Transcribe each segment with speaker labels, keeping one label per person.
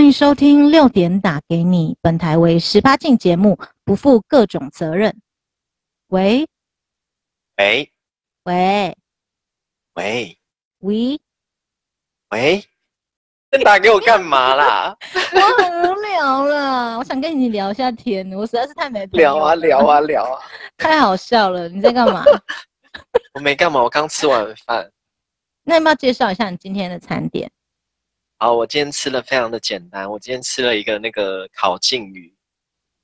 Speaker 1: 迎收听六点打给你，本台为十八禁节目，不负各种责任。喂
Speaker 2: 喂
Speaker 1: 喂
Speaker 2: 喂
Speaker 1: 喂，
Speaker 2: 喂，那你打给我干嘛啦？
Speaker 1: 我很无聊了， 我想跟你聊一下天，我实在是太没朋友
Speaker 2: 聊啊
Speaker 1: 了
Speaker 2: 聊，啊聊啊！
Speaker 1: 太好笑了。你在干 嘛？
Speaker 2: 我没干嘛，我刚吃完饭。
Speaker 1: 那要不要介绍一下你今天的餐点？
Speaker 2: 好，我今天吃的非常的简单，我今天吃了一个那个烤鲭鱼，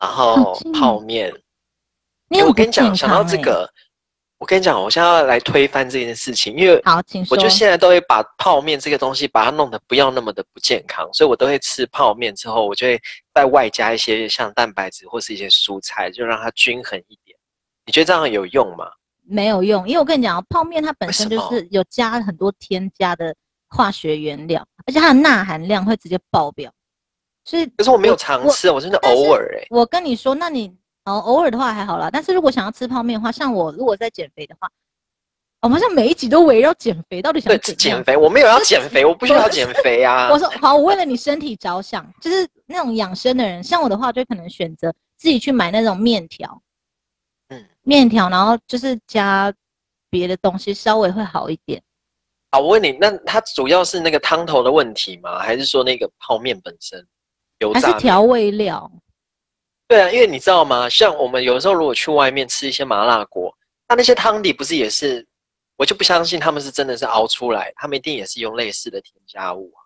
Speaker 2: 然后
Speaker 1: 烤鲭鱼
Speaker 2: 泡面。
Speaker 1: 你
Speaker 2: 诶
Speaker 1: 很
Speaker 2: 哎我
Speaker 1: 不
Speaker 2: 跟你
Speaker 1: 健康、
Speaker 2: 讲，
Speaker 1: 欸。
Speaker 2: 想到这个，我跟你讲，我现在要来推翻这件事情，因为
Speaker 1: 好，请说。
Speaker 2: 我就现在都会把泡面这个东西把它弄得不要那么的不健康，所以我都会吃泡面之后，我就会再外加一些像蛋白质或是一些蔬菜，就让它均衡一点。你觉得这样有用吗？
Speaker 1: 没有用，因为我跟你讲，泡面它本身
Speaker 2: 为
Speaker 1: 就
Speaker 2: 什么
Speaker 1: 是有加很多添加的化学原料，而且它的钠含量会直接爆表。所以
Speaker 2: 可是我没有常
Speaker 1: 我
Speaker 2: 吃，我真的
Speaker 1: 但是
Speaker 2: 偶尔哎、
Speaker 1: 我跟你说，那你哦偶尔的话还好啦，但是如果想要吃泡面的话，像我如果在减肥的话，我们好像每一集都围绕减肥，到底想
Speaker 2: 对，
Speaker 1: 怎
Speaker 2: 减
Speaker 1: 样？
Speaker 2: 肥我没有要减肥，我不需要
Speaker 1: 我
Speaker 2: 减肥啊
Speaker 1: 我。说好，我为了你身体着想，就是那种养生的人，像我的话，就可能选择自己去买那种面条，
Speaker 2: 嗯，
Speaker 1: 面条，然后就是加别的东西，稍微会好一点。
Speaker 2: 好，我问你，那它主要是那个汤头的问题吗？还是说那个泡面本身油
Speaker 1: 还
Speaker 2: 炸
Speaker 1: 是
Speaker 2: 面？
Speaker 1: 调味料，
Speaker 2: 对啊，因为你知道吗？像我们有时候如果去外面吃一些麻辣锅，它那些汤底不是也是，我就不相信他们是真的是熬出来，他们一定也是用类似的添加物啊。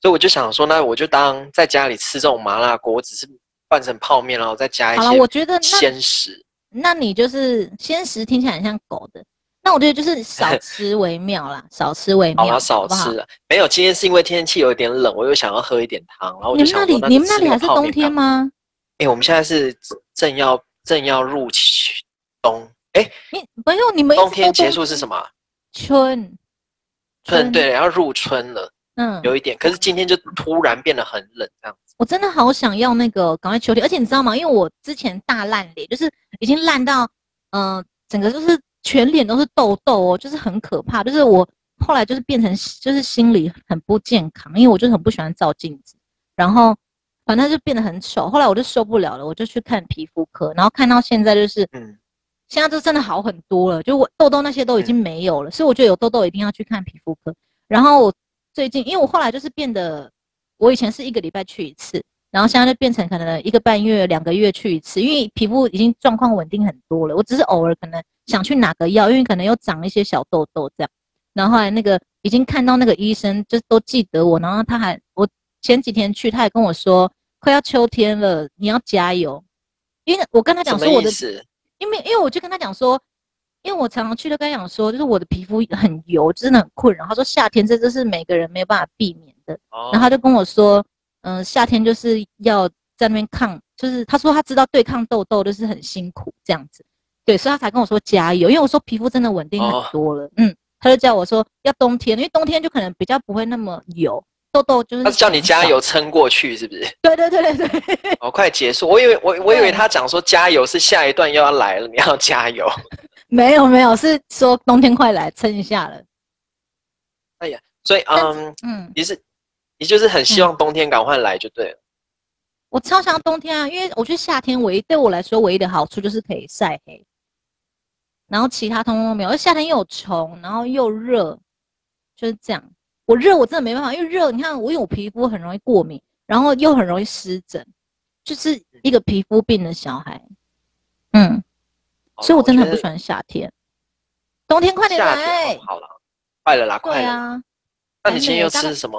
Speaker 2: 所以我就想说，那我就当在家里吃这种麻辣锅，我只是换成泡面，然后再加一
Speaker 1: 好了，我
Speaker 2: 些
Speaker 1: 觉得那
Speaker 2: 鲜食。
Speaker 1: 那你就是鲜食听起来很像狗的，那我觉得就是少吃为妙啦，少吃为
Speaker 2: 好
Speaker 1: 妙，
Speaker 2: 了，少
Speaker 1: 不好
Speaker 2: 吃了。没有，今天是因为天气有点冷，我又想要喝一点汤，然后我
Speaker 1: 你
Speaker 2: 就
Speaker 1: 们
Speaker 2: 想
Speaker 1: 那
Speaker 2: 说
Speaker 1: 里
Speaker 2: 那
Speaker 1: 你
Speaker 2: 就
Speaker 1: 们那
Speaker 2: 吃
Speaker 1: 里
Speaker 2: 那
Speaker 1: 还
Speaker 2: 个
Speaker 1: 是
Speaker 2: 泡
Speaker 1: 冬
Speaker 2: 面
Speaker 1: 天
Speaker 2: 干嘛？
Speaker 1: 吗？
Speaker 2: 哎、我们现在是正要正要入秋冬，哎、
Speaker 1: 你没有，你们一直
Speaker 2: 冬天
Speaker 1: 都
Speaker 2: 结
Speaker 1: 冬
Speaker 2: 束是什么啊？
Speaker 1: 春
Speaker 2: 春对，要入春了，
Speaker 1: 嗯，
Speaker 2: 有一点。可是今天就突然变得很冷，这样子。
Speaker 1: 我真的好想要那个赶快秋天，而且你知道吗？因为我之前大烂脸，就是已经烂到，嗯、整个就是全脸都是痘痘哦，就是很可怕。就是我后来就是变成就是心里很不健康，因为我就很不喜欢照镜子，然后反正就变得很丑。后来我就受不了了，我就去看皮肤科，然后看到现在就是
Speaker 2: 嗯，
Speaker 1: 现在就真的好很多了，就我痘痘那些都已经没有了，所以我觉得有痘痘一定要去看皮肤科。然后我最近，因为我后来就是变得，我以前是一个礼拜去一次，然后现在就变成可能一个半月、两个月去一次，因为皮肤已经状况稳定很多了。我只是偶尔可能想去哪个药，因为可能又长一些小痘痘这样。然后后来那个已经看到那个医生，就是都记得我，然后他还我前几天去，他还跟我说快要秋天了，你要加油，因为我跟他
Speaker 2: 什
Speaker 1: 讲
Speaker 2: 么
Speaker 1: 说我
Speaker 2: 意
Speaker 1: 的
Speaker 2: 思？
Speaker 1: 因为因为我就跟他讲说，因为我常常去都跟他讲说，就是我的皮肤很油，真的很困扰。他说夏天这就是每个人没有办法避免的，
Speaker 2: 哦
Speaker 1: 然后他就跟我说，嗯、夏天就是要在那边抗，就是他说他知道对抗痘痘就是很辛苦这样子，对，所以他才跟我说加油，因为我说皮肤真的稳定
Speaker 2: 哦
Speaker 1: 很多了，嗯，他就叫我说要冬天，因为冬天就可能比较不会那么油，痘痘就是
Speaker 2: 他是叫你
Speaker 1: 减少
Speaker 2: 加，油撑过去，是不是？
Speaker 1: 对对对对对。
Speaker 2: 哦，快结束！我以为我我以
Speaker 1: 对
Speaker 2: 为他讲说加油是下一段又要来了，你要加油。
Speaker 1: 没有没有，是说冬天快来撑一下了。
Speaker 2: 所以
Speaker 1: 但
Speaker 2: 嗯，
Speaker 1: 嗯，
Speaker 2: 你是你就是很希望冬天赶快来就对了。
Speaker 1: 我超想要冬天啊，因为我觉得夏天唯一对我来说唯一的好处就是可以晒黑，然后其他通通都没有。而夏天又有虫，然后又热，就是这样。我热我真的没办法，因为热，你看我因为我皮肤很容易过敏，然后又很容易湿疹，就是一个皮肤病的小孩。嗯，
Speaker 2: 好啦
Speaker 1: 所以我真的很
Speaker 2: 哦
Speaker 1: 不
Speaker 2: 觉得
Speaker 1: 喜欢夏天。冬天快点
Speaker 2: 夏天
Speaker 1: 来啊
Speaker 2: 哦！好了，快了啦，快
Speaker 1: 对
Speaker 2: 了啦。
Speaker 1: 啊，
Speaker 2: 那
Speaker 1: 还
Speaker 2: 你今
Speaker 1: 没
Speaker 2: 天又
Speaker 1: 大概
Speaker 2: 吃什么？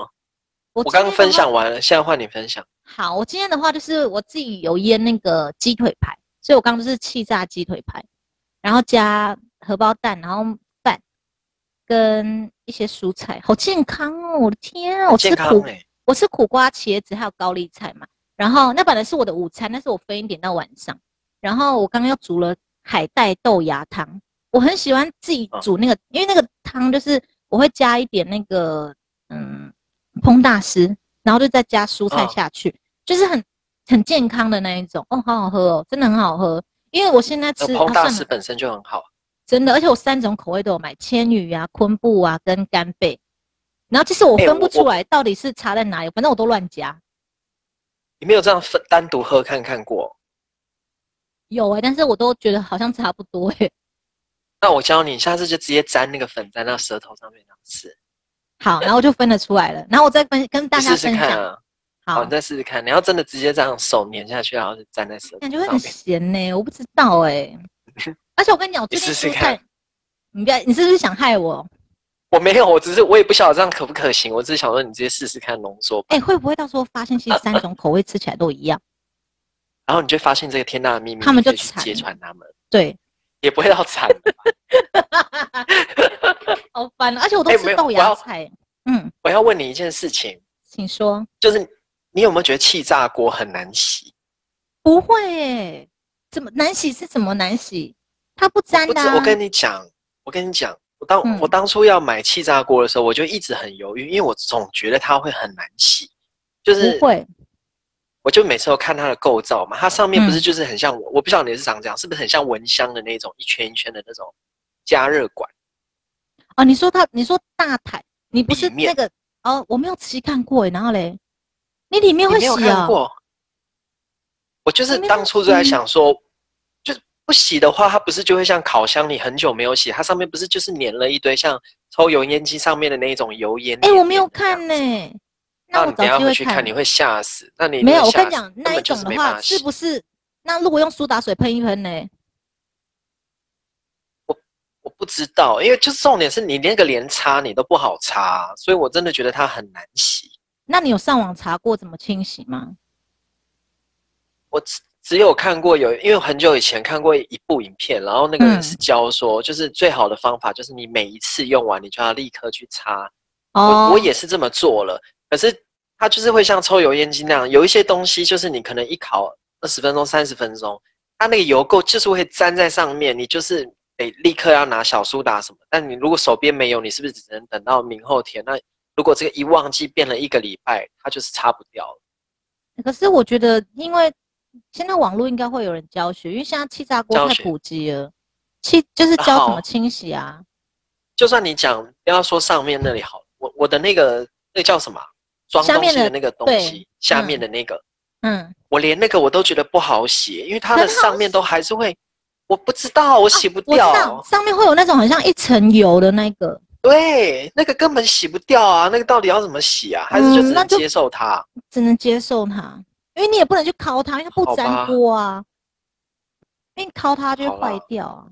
Speaker 1: 我
Speaker 2: 我刚
Speaker 1: 今
Speaker 2: 刚
Speaker 1: 天的
Speaker 2: 分
Speaker 1: 话
Speaker 2: 享完了，现在换你分享。
Speaker 1: 好，我今天的话就是我自己有腌那个鸡腿排，所以我刚刚就是气炸鸡腿排，然后加荷包蛋，然后饭跟一些蔬菜，好健康哦！我的天啊，我吃
Speaker 2: 健康
Speaker 1: 苦，
Speaker 2: 哎、
Speaker 1: 我吃苦瓜、茄子还有高丽菜嘛。然后那本来是我的午餐，但是我分一点到晚上。然后我刚刚又煮了海带豆芽汤，我很喜欢自己
Speaker 2: 嗯
Speaker 1: 煮那个，因为那个汤就是我会加一点那个嗯烹大师，然后就再加蔬菜
Speaker 2: 嗯
Speaker 1: 下去，就是很很健康的那一种。哦，好好喝哦，真的很好喝。因为我现在
Speaker 2: 那
Speaker 1: 吃、
Speaker 2: 烹
Speaker 1: 啊
Speaker 2: 大
Speaker 1: 算
Speaker 2: 师
Speaker 1: 了，
Speaker 2: 本身就很好。啊
Speaker 1: 真的，而且我三种口味都有买，千羽啊、昆布啊跟干贝。然后其实我
Speaker 2: 哎
Speaker 1: 分不
Speaker 2: 我
Speaker 1: 出
Speaker 2: 我
Speaker 1: 来到底是差在哪里，反正我都乱加。
Speaker 2: 你没有这样分单独喝看看过？
Speaker 1: 有哎、但是我都觉得好像差不多哎、
Speaker 2: 那我教你，下次就直接沾那个粉在那舌头上面这样吃，
Speaker 1: 好，然后就分得出来了，然后我再分跟大
Speaker 2: 你
Speaker 1: 家
Speaker 2: 试试
Speaker 1: 分
Speaker 2: 看
Speaker 1: 享。
Speaker 2: 啊。好，
Speaker 1: 好
Speaker 2: 你，再试试看。你要真的直接这样手粘下去，然后就粘在舌头
Speaker 1: 感
Speaker 2: 上
Speaker 1: 觉会很
Speaker 2: 面，
Speaker 1: 咸呢、我不知道哎、 而且我跟你讲，我最
Speaker 2: 你
Speaker 1: 近
Speaker 2: 试试
Speaker 1: 蔬菜，你不要，你是不是想害我？
Speaker 2: 我没有，我只是我也不晓得这样可不可行，我只是想说你直接试试看浓缩吧，
Speaker 1: 哎、会不会到时候发现其实三种口味吃起来都一样？
Speaker 2: 然后你就发现这个天大的秘密，
Speaker 1: 他们就
Speaker 2: 你可以去
Speaker 1: 惨
Speaker 2: 揭
Speaker 1: 了
Speaker 2: 穿他们，
Speaker 1: 对，
Speaker 2: 也不会到惨吧。
Speaker 1: 好烦啊！而且我都
Speaker 2: 哎没
Speaker 1: 吃
Speaker 2: 有
Speaker 1: 豆
Speaker 2: 我要
Speaker 1: 芽菜。嗯，
Speaker 2: 我要问你一件事情，
Speaker 1: 请说。
Speaker 2: 就是你有没有觉得气炸锅很难洗？
Speaker 1: 不会哎、怎么难洗是怎么难洗？它不粘
Speaker 2: 不
Speaker 1: 的、
Speaker 2: 止，
Speaker 1: 啊。
Speaker 2: 我跟你讲，我跟你讲，我当、
Speaker 1: 嗯
Speaker 2: 我当初要买气炸锅的时候，我就一直很犹豫，因为我总觉得它会很难洗，就是
Speaker 1: 不会，
Speaker 2: 我就每次都看它的构造嘛，它上面不是
Speaker 1: 嗯
Speaker 2: 就是很像我，我不知道你是长这样，是不是很像蚊香的那种一圈一圈的那种加热管？
Speaker 1: 哦，你说它，你说大台，你不是
Speaker 2: 里
Speaker 1: 那
Speaker 2: 面
Speaker 1: 个哦，我没有仔细看过、欸，然后嘞，你里面
Speaker 2: 你
Speaker 1: 会
Speaker 2: 没有
Speaker 1: 洗
Speaker 2: 看
Speaker 1: 啊、
Speaker 2: 过？我就是
Speaker 1: 里面会
Speaker 2: 当初就在
Speaker 1: 洗
Speaker 2: 想说，就是不洗的话，它不是就会像烤箱你很久没有洗，它上面不是就是粘了一堆像抽油烟机上面的那一种油烟？
Speaker 1: 哎、我没有看呢、
Speaker 2: 呢。
Speaker 1: 那
Speaker 2: 那
Speaker 1: 我
Speaker 2: 哦你
Speaker 1: 早
Speaker 2: 等一下
Speaker 1: 机
Speaker 2: 回
Speaker 1: 会
Speaker 2: 去看，你会吓死。那你一定
Speaker 1: 没有，
Speaker 2: 会
Speaker 1: 我
Speaker 2: 吓
Speaker 1: 跟你
Speaker 2: 死
Speaker 1: 讲，
Speaker 2: 根
Speaker 1: 那一
Speaker 2: 本就
Speaker 1: 种
Speaker 2: 是
Speaker 1: 的
Speaker 2: 没办
Speaker 1: 话
Speaker 2: 法
Speaker 1: 是
Speaker 2: 洗。
Speaker 1: 不是？那如果用苏打水喷一喷呢？
Speaker 2: 我不知道，因为就是重点是你那个连擦你都不好擦，所以我真的觉得它很难洗。
Speaker 1: 那你有上网查过怎么清洗吗？
Speaker 2: 我只只有看过有，因为很久以前看过一部影片，然后那个人
Speaker 1: 嗯
Speaker 2: 是教说，就是最好的方法就是你每一次用完，你就要立刻去擦。
Speaker 1: 哦
Speaker 2: 我我也是这么做了，可是它就是会像抽油烟机那样，有一些东西就是你可能一烤二十分钟、三十分钟，它那个油垢就是会粘在上面，你就是得立刻要拿小苏打什么。但你如果手边没有，你是不是只能等到明后天？那如果这个一忘记变了一个礼拜，它就是擦不掉了。
Speaker 1: 可是我觉得，因为现在网络应该会有人教学，因为现在气炸锅
Speaker 2: 教
Speaker 1: 太
Speaker 2: 学
Speaker 1: 普及了，气就是教怎
Speaker 2: 好
Speaker 1: 么清洗啊。
Speaker 2: 就算你讲不要说上面那里好了，我我的那个那个叫什么啊装
Speaker 1: 下
Speaker 2: 东
Speaker 1: 面
Speaker 2: 西的
Speaker 1: 的
Speaker 2: 那个东
Speaker 1: 对
Speaker 2: 西，下面的那个，
Speaker 1: 嗯，
Speaker 2: 我连那个我都觉得不好洗，因为它的
Speaker 1: 很好
Speaker 2: 上面都还是会，我不知道，我洗
Speaker 1: 啊
Speaker 2: 不哦
Speaker 1: 我知
Speaker 2: 掉。
Speaker 1: 道上面会有那种很像一层油的那个，
Speaker 2: 对，那个根本洗不掉啊，那个到底要怎么洗啊？还是就只
Speaker 1: 嗯那
Speaker 2: 能
Speaker 1: 就
Speaker 2: 接受它？
Speaker 1: 只能接受它，因为你也不能去烤它，因为它不
Speaker 2: 好吧
Speaker 1: 粘锅啊，因为烤它就
Speaker 2: 好
Speaker 1: 会
Speaker 2: 啦
Speaker 1: 坏掉啊。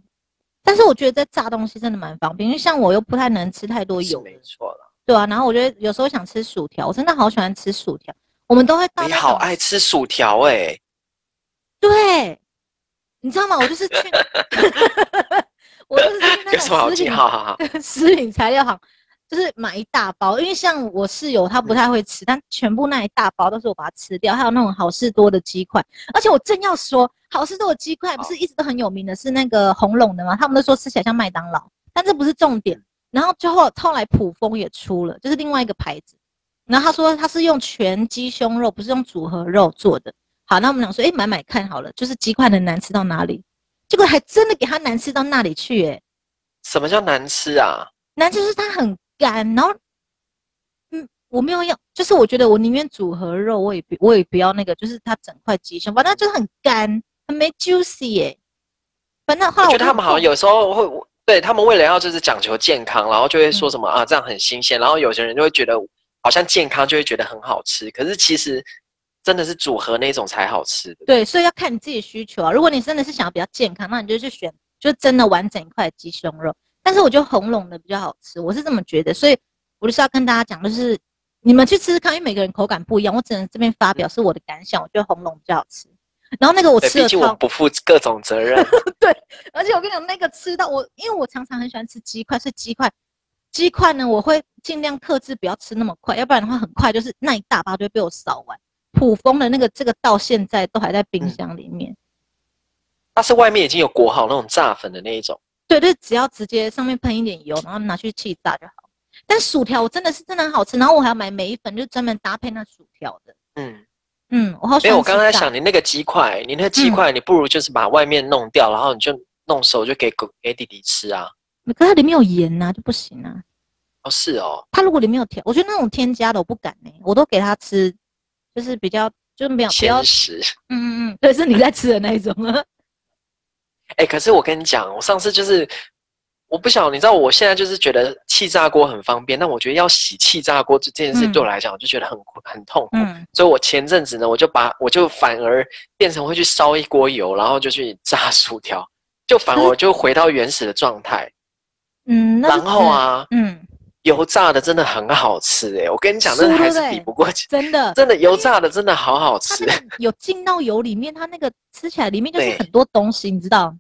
Speaker 1: 但是我觉得在炸东西真的蛮方便，因为像我又不太能吃太多
Speaker 2: 是
Speaker 1: 油的
Speaker 2: 没错了。
Speaker 1: 对啊，然后我觉得有时候想吃薯条，我真的好喜欢吃薯条。我们都会到
Speaker 2: 你
Speaker 1: 那
Speaker 2: 好
Speaker 1: 种
Speaker 2: 爱吃薯条哎、
Speaker 1: 对，你知道吗？我就是 去，我就是去那
Speaker 2: 有什么好
Speaker 1: 种食
Speaker 2: 记？
Speaker 1: 品
Speaker 2: 好好好，
Speaker 1: 食品材料行，就是买一大包。因为像我室友他不太会吃，但全部那一大包都是我把它吃掉。还有那种好事多的鸡块，而且我正要说，好事多的鸡块不是一直都很有名的，是那个红龙的吗？他们都说吃起来像麦当劳，但这不是重点。然后最后后来普丰也出了，就是另外一个牌子。然后他说他是用全鸡胸肉，不是用组合肉做的。好，那我们想说，哎、买买看好了，就是鸡块能难吃到哪里？结果还真的给它难吃到那里去、哎，
Speaker 2: 什么叫难吃啊？
Speaker 1: 难就是它很干，然后，嗯，我没有要，就是我觉得我宁愿组合肉，我也不我也不要那个，就是它整块鸡胸，反正就是很干，很没 juicy 耶、反正后
Speaker 2: 我
Speaker 1: 来
Speaker 2: 觉得
Speaker 1: 就
Speaker 2: 他们好
Speaker 1: 逛
Speaker 2: 像有时候会，对他们为了要就是讲求健康，然后就会
Speaker 1: 嗯
Speaker 2: 说什么、啊这样很新鲜，然后有些人就会觉得好像健康就会觉得很好吃，可是其实真的是组合那种才好吃的。
Speaker 1: 对，所以要看你自己需求啊。如果你真的是想要比较健康，那你就去选，就真的完整一块鸡胸肉。但是我觉得红龙的比较好吃，我是这么觉得。所以我就是要跟大家讲，就是你们去吃吃看，因为每个人口感不一样，我只能这边发表是我的感想。我觉得红龙比较好吃。然后那个我
Speaker 2: 对，
Speaker 1: 吃
Speaker 2: 毕
Speaker 1: 了
Speaker 2: 竟我
Speaker 1: 超
Speaker 2: 们，不负各种责任。
Speaker 1: 而且我跟你讲，那个吃到我，因为我常常很喜欢吃鸡块，所以鸡块，鸡块呢，我会尽量克制，不要吃那么快，要不然的话，很快就是那一大包就会被我扫完。普丰的那个，这个到现在都还在冰
Speaker 2: 嗯
Speaker 1: 箱里面。
Speaker 2: 它是外面已经有裹好那种炸粉的那一种，
Speaker 1: 对，就是只要直接上面喷一点油，然后拿去气炸就好。但薯条我真的是真的很好吃，然后我还要买梅粉，就专门搭配那薯条的。
Speaker 2: 嗯。
Speaker 1: 嗯，我好喜
Speaker 2: 没有，
Speaker 1: 欢
Speaker 2: 我
Speaker 1: 吃炸。
Speaker 2: 刚才想你那个鸡块，你那个
Speaker 1: 嗯
Speaker 2: 鸡块，你不如就是把外面弄掉，然后你就弄熟就给狗给弟弟吃啊。
Speaker 1: 可是它里面有盐呐、就不行啊。
Speaker 2: 哦，是哦，
Speaker 1: 欸它如果里面有调，我觉得那种添加的我不敢呢、我都给它吃，就是比较就没有不要
Speaker 2: 鲜，食。
Speaker 1: 嗯嗯嗯， 对，是你在吃的那一种。
Speaker 2: 哎、可是我跟你讲，我上次就是，我不晓得，你知道，我现在就是觉得气炸锅很方便，但我觉得要洗气炸锅这件事
Speaker 1: 嗯
Speaker 2: 对我来讲，我就觉得很苦很痛苦。
Speaker 1: 嗯，
Speaker 2: 所以我前阵子呢，我就把我就反而变成会去烧一锅油，然后就去炸薯条，就反而
Speaker 1: 可是
Speaker 2: 我就回到原始的状态。
Speaker 1: 嗯， 那
Speaker 2: 然
Speaker 1: 是
Speaker 2: 后，啊，
Speaker 1: 嗯，
Speaker 2: 油炸的真的很好吃哎、我跟你讲，真的
Speaker 1: 酥
Speaker 2: 还
Speaker 1: 对不
Speaker 2: 是
Speaker 1: 对
Speaker 2: 比不过，
Speaker 1: 真的，
Speaker 2: 真的油炸的真的好好
Speaker 1: 它
Speaker 2: 吃
Speaker 1: 那。个有进到油里面，它那个吃起来里面就是
Speaker 2: 对
Speaker 1: 很多东西，你知道，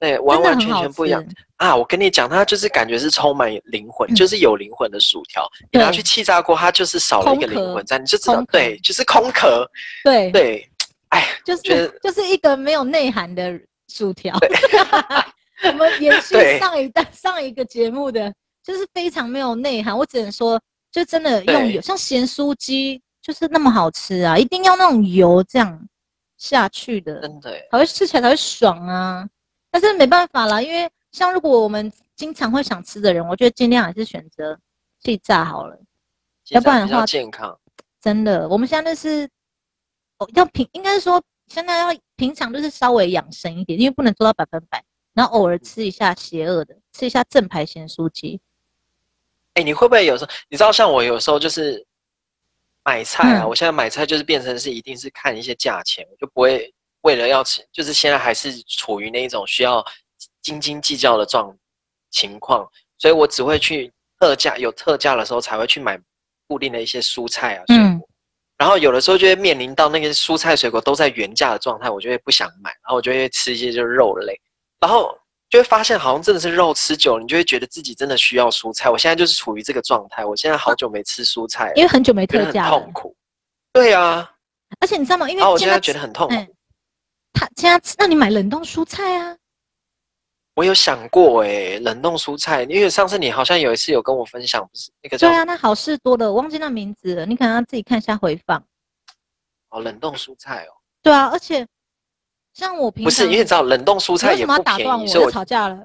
Speaker 2: 对，哎
Speaker 1: 真
Speaker 2: 完
Speaker 1: 的
Speaker 2: 完
Speaker 1: 很
Speaker 2: 全
Speaker 1: 好
Speaker 2: 全不一样
Speaker 1: 吃。
Speaker 2: 啊！我跟你讲，它就是感觉是充满灵魂，
Speaker 1: 嗯
Speaker 2: 就是有灵魂的薯条。你
Speaker 1: 对
Speaker 2: 拿去气炸锅，它就是少了一个
Speaker 1: 空壳
Speaker 2: 灵魂在，你就知道
Speaker 1: 空，壳
Speaker 2: 对，就是空壳。
Speaker 1: 对，
Speaker 2: 对，哎，
Speaker 1: 就
Speaker 2: 觉
Speaker 1: 是
Speaker 2: 得
Speaker 1: 就是一个没有内涵的薯条。 我们延续
Speaker 2: 对
Speaker 1: 上一代上一个节目的，就是非常没有内涵。我只能说，就真的
Speaker 2: 对
Speaker 1: 用油，像咸酥鸡就是那么好吃啊，一定要那种油这样下去的，
Speaker 2: 真的耶，
Speaker 1: 才会吃起来才会爽啊。但是没办法啦，因为像如果我们经常会想吃的人，我觉得尽量还是选择气炸好了。要不然的
Speaker 2: 比较
Speaker 1: 话
Speaker 2: 健康。
Speaker 1: 真的，我们现在就是哦，要平，应该是说现在要平常就是稍微养生一点，因为不能做到百分百，然后偶尔吃一下邪恶的，吃一下正牌咸酥鸡。
Speaker 2: 哎、你会不会有时候？你知道，像我有时候就是买菜啊，
Speaker 1: 嗯
Speaker 2: 我现在买菜就是变成是一定是看一些价钱，我就不会为了要吃，就是现在还是处于那一种需要斤斤计较的状情况，所以我只会去特价有特价的时候才会去买固定的一些蔬菜啊水果。
Speaker 1: 嗯
Speaker 2: 然后有的时候就会面临到那个蔬菜水果都在原价的状态，我就会不想买，然后我就会吃一些就是肉类，然后就会发现好像真的是肉吃久了，你就会觉得自己真的需要蔬菜。我现在就是处于这个状态，我现在好久没吃蔬菜
Speaker 1: 因为
Speaker 2: 了，
Speaker 1: 很久没
Speaker 2: 觉得
Speaker 1: 特
Speaker 2: 很
Speaker 1: 价了
Speaker 2: 痛，苦。对啊，
Speaker 1: 而且你知道吗？因
Speaker 2: 然后我
Speaker 1: 为
Speaker 2: 现
Speaker 1: 现
Speaker 2: 在
Speaker 1: 在
Speaker 2: 觉得很痛苦。
Speaker 1: 嗯，他现在吃那你买冷冻蔬菜啊？
Speaker 2: 我有想过诶、冷冻蔬菜，因为上次你好像有一次有跟我分享，不是那个
Speaker 1: 对
Speaker 2: 叫
Speaker 1: 啊，那好事多了，我忘记那名字了，你可能要自己看一下回放。
Speaker 2: 哦冷冻蔬菜哦，
Speaker 1: 对啊，而且像我平
Speaker 2: 不是，
Speaker 1: 常
Speaker 2: 因为你知道冷冻蔬
Speaker 1: 你
Speaker 2: 菜
Speaker 1: 为
Speaker 2: 也
Speaker 1: 什么
Speaker 2: 不
Speaker 1: 要打
Speaker 2: 便
Speaker 1: 断
Speaker 2: 宜，
Speaker 1: 我？
Speaker 2: 所以
Speaker 1: 要
Speaker 2: 我
Speaker 1: 吵架了。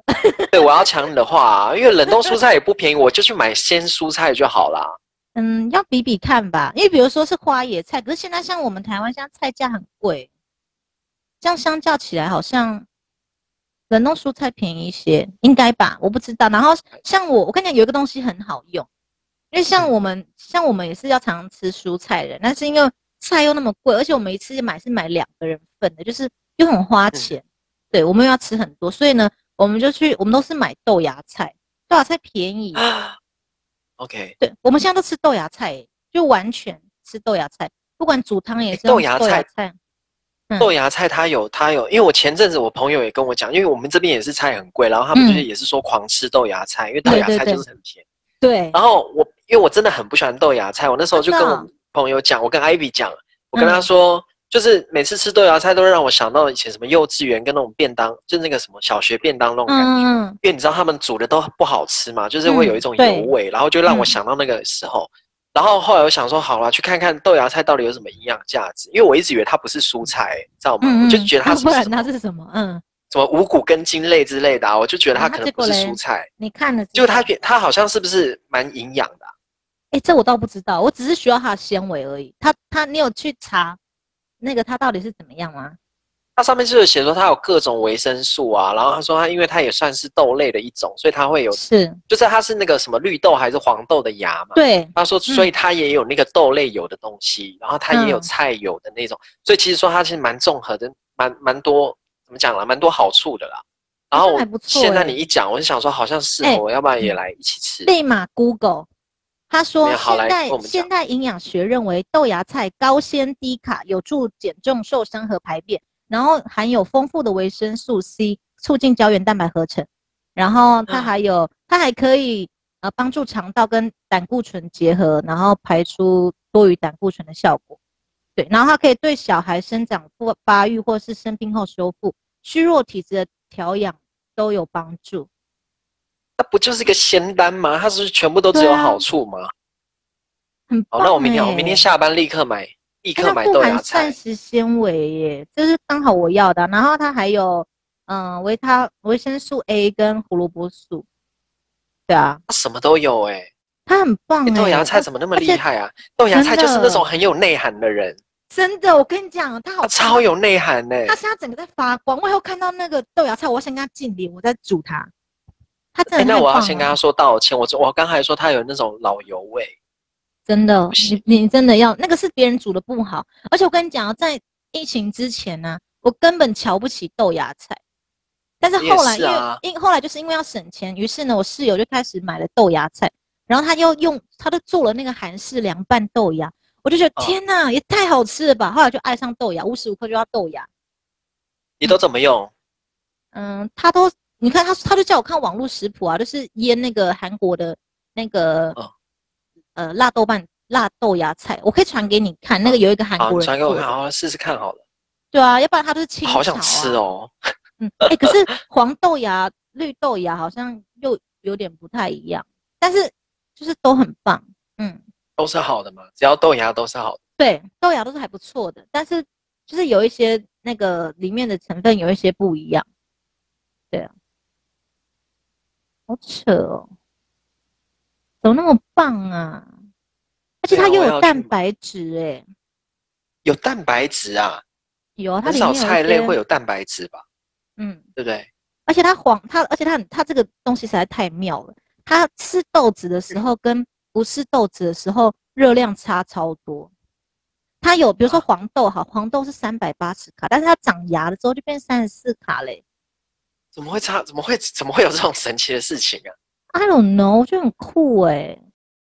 Speaker 2: 对，我要抢你的话、啊，因为冷冻蔬菜也不便宜，我就去买鲜蔬菜就好啦。
Speaker 1: 嗯，要比比看吧，因为比如说是花野菜，可是现在像我们台湾现在菜价很贵，这样相较起来好像冷冻蔬菜便宜一些，应该吧？我不知道。然后像我，我跟你讲，有一个东西很好用，因为像我们像我们也是要常吃蔬菜的，但是因为菜又那么贵，而且我们一次买是买两个人份的，就是又很花钱，对，我们又要吃很多，所以呢，我们就去，我们都是买豆芽菜，豆芽菜便宜。
Speaker 2: 啊 OK，
Speaker 1: 对，我们现在都吃豆芽菜耶，就完全吃豆芽菜，不管煮汤也
Speaker 2: 诶
Speaker 1: 是用
Speaker 2: 哎豆芽
Speaker 1: 豆芽
Speaker 2: 菜
Speaker 1: 菜。嗯
Speaker 2: 豆芽菜它有它有，因为我前阵子我朋友也跟我讲，因为我们这边也是菜很贵，然后他们就是也是说狂吃豆芽菜，因为豆
Speaker 1: 对
Speaker 2: 芽
Speaker 1: 对
Speaker 2: 菜
Speaker 1: 嗯对
Speaker 2: 就是很便宜。
Speaker 1: 对，
Speaker 2: 然后我因为我真的很不喜欢豆芽菜，我那时候就
Speaker 1: 真
Speaker 2: 跟
Speaker 1: 的
Speaker 2: 我朋友讲，我跟 Ivy 讲，我跟他
Speaker 1: 嗯
Speaker 2: 说。就是每次吃豆芽菜，都会让我想到以前什么幼稚园跟那种便当，就是那个什么小学便当那种感觉。
Speaker 1: 嗯嗯
Speaker 2: 因为你知道他们煮的都不好吃嘛，就是会有一种油味，然后
Speaker 1: 嗯
Speaker 2: 就让我想到那个时候。然后后来我想说，好了，去看看豆芽菜到底有什么营养价值，因为我一直以为它不是蔬菜，知道吗？
Speaker 1: 嗯，
Speaker 2: 我就
Speaker 1: 嗯
Speaker 2: 觉得它
Speaker 1: 啊
Speaker 2: 是
Speaker 1: 不
Speaker 2: 不是
Speaker 1: 然
Speaker 2: 什么
Speaker 1: 它是什么？嗯，
Speaker 2: 什么五谷根茎类之类的、啊，我就觉得它
Speaker 1: 啊
Speaker 2: 可能
Speaker 1: 结
Speaker 2: 不
Speaker 1: 果
Speaker 2: 是
Speaker 1: 嘞
Speaker 2: 蔬菜。
Speaker 1: 你看了之
Speaker 2: 结果它
Speaker 1: 后，
Speaker 2: 原它好像是不是蛮营养的啊、
Speaker 1: 哎，这我倒不知道，我只是需要它的纤维而已。它它，你有去查那个它到底是怎么样吗？
Speaker 2: 它上面就有写说它有各种维生素啊，然后他说它因为它也算是豆类的一种，所以它会有，
Speaker 1: 是，
Speaker 2: 就是它是那个什么绿豆还是黄豆的芽嘛。
Speaker 1: 对，
Speaker 2: 他说，所以它也有那个豆类有的东西，然后它也有
Speaker 1: 嗯
Speaker 2: 菜有的那种，所以其实说它其实蛮综合的，蛮蛮多怎么讲啦，蛮多好处的啦。然后
Speaker 1: 那
Speaker 2: 我
Speaker 1: 还不错
Speaker 2: 现在
Speaker 1: 欸
Speaker 2: 你一讲，我就想说好像适
Speaker 1: 哎
Speaker 2: 合我，要不然也
Speaker 1: 嗯
Speaker 2: 来一起吃。
Speaker 1: 立马 Google。他
Speaker 2: 没
Speaker 1: 说，
Speaker 2: 有好
Speaker 1: 现
Speaker 2: 来
Speaker 1: 代
Speaker 2: 跟我们
Speaker 1: 现
Speaker 2: 讲
Speaker 1: 代营养学认为豆芽菜高纤低卡，有助减重、瘦身和排便，然后含有丰富的维生素 C，促进胶原蛋白合成，然后它
Speaker 2: 啊
Speaker 1: 还有它还可以呃帮助肠道跟胆固醇结合，然后排出多余胆固醇的效果。对，然后它可以对小孩生长、发发育或是生病后修复、虚弱体质的调养都有帮助。
Speaker 2: 它不就是个仙丹吗？它是全部都只
Speaker 1: 对
Speaker 2: 有
Speaker 1: 啊
Speaker 2: 好处吗？
Speaker 1: 很棒、
Speaker 2: 好，
Speaker 1: 欸。
Speaker 2: 那我明天我明天下班立刻
Speaker 1: 哎
Speaker 2: 买，立
Speaker 1: 它
Speaker 2: 刻买
Speaker 1: 富
Speaker 2: 豆
Speaker 1: 含
Speaker 2: 芽
Speaker 1: 膳
Speaker 2: 菜。
Speaker 1: 食纤维耶，这是刚好我要的啊。然后它还有，嗯，维他维生素 A 跟胡萝卜素。对啊，
Speaker 2: 它什么都有哎、
Speaker 1: 它很棒
Speaker 2: 欸
Speaker 1: 哎。
Speaker 2: 豆芽菜
Speaker 1: 它
Speaker 2: 怎么那么
Speaker 1: 而且
Speaker 2: 厉害啊？豆芽菜就是那
Speaker 1: 真的
Speaker 2: 种很有内涵的人，
Speaker 1: 真的，我跟你讲，它好
Speaker 2: 它超有内涵欸呢、
Speaker 1: 它现在整个在发光。我以后看到那个豆芽菜，我要先跟他敬礼，我再煮它。它真
Speaker 2: 哎、
Speaker 1: 的、
Speaker 2: 那我要先跟他，说道歉。我我刚才说他有那种老油味，
Speaker 1: 真的
Speaker 2: 不，行
Speaker 1: 你你真的要那个是别人煮的不好，而且我跟你讲啊，在疫情之前呢、我根本瞧不起豆芽菜，但是
Speaker 2: 我也
Speaker 1: 后来
Speaker 2: 是
Speaker 1: 因为、
Speaker 2: 啊
Speaker 1: 因后来就是因为要省钱，于是呢，我室友就开始买了豆芽菜，然后他又用他就做了那个韩式凉拌豆芽，我就觉得、
Speaker 2: 哦
Speaker 1: 天哪，也太好吃了吧！后来就爱上豆芽，无时无刻就要豆芽。
Speaker 2: 你都怎么用？
Speaker 1: 嗯，他都你看他他就叫我看网络食谱啊，就是腌那个韩国的那个、
Speaker 2: 哦
Speaker 1: 呃辣豆瓣辣豆芽菜，我可以传给你看，那个有一个韩
Speaker 2: 嗯好，
Speaker 1: 国人
Speaker 2: 你传给我
Speaker 1: 做
Speaker 2: 看，
Speaker 1: 的
Speaker 2: 好好试试看好了。
Speaker 1: 对啊，要不然他就是清、啊、
Speaker 2: 好想吃。哦，
Speaker 1: 嗯，哎、可是黄豆芽、绿豆芽好像又有点不太一样，但是就是都很棒。嗯，
Speaker 2: 都是好的嘛，只要豆芽都是好的。
Speaker 1: 对，豆芽都是还不错的，但是就是有一些那个里面的成分有一些不一样。对啊，好扯哦，怎么那么棒啊？而且
Speaker 2: 对啊
Speaker 1: 它又
Speaker 2: 我也
Speaker 1: 有
Speaker 2: 要
Speaker 1: 蛋
Speaker 2: 去买
Speaker 1: 白质哎、
Speaker 2: 有蛋白质啊，
Speaker 1: 有啊，它
Speaker 2: 很
Speaker 1: 里
Speaker 2: 少
Speaker 1: 面有一
Speaker 2: 菜类
Speaker 1: 些
Speaker 2: 会有蛋白质吧，
Speaker 1: 嗯，
Speaker 2: 对不对？
Speaker 1: 而且它黄它，而且它很它这个东西实在太妙了。它吃豆子的时候跟不吃豆子的时候热量差超多。它有比如说
Speaker 2: 啊
Speaker 1: 黄豆哈，黄豆是三百八十卡，但是它长芽了之后就变三十四卡嘞。
Speaker 2: 怎么会差？怎么会怎么会有这种神奇的事情啊？
Speaker 1: I don't know，就很酷诶、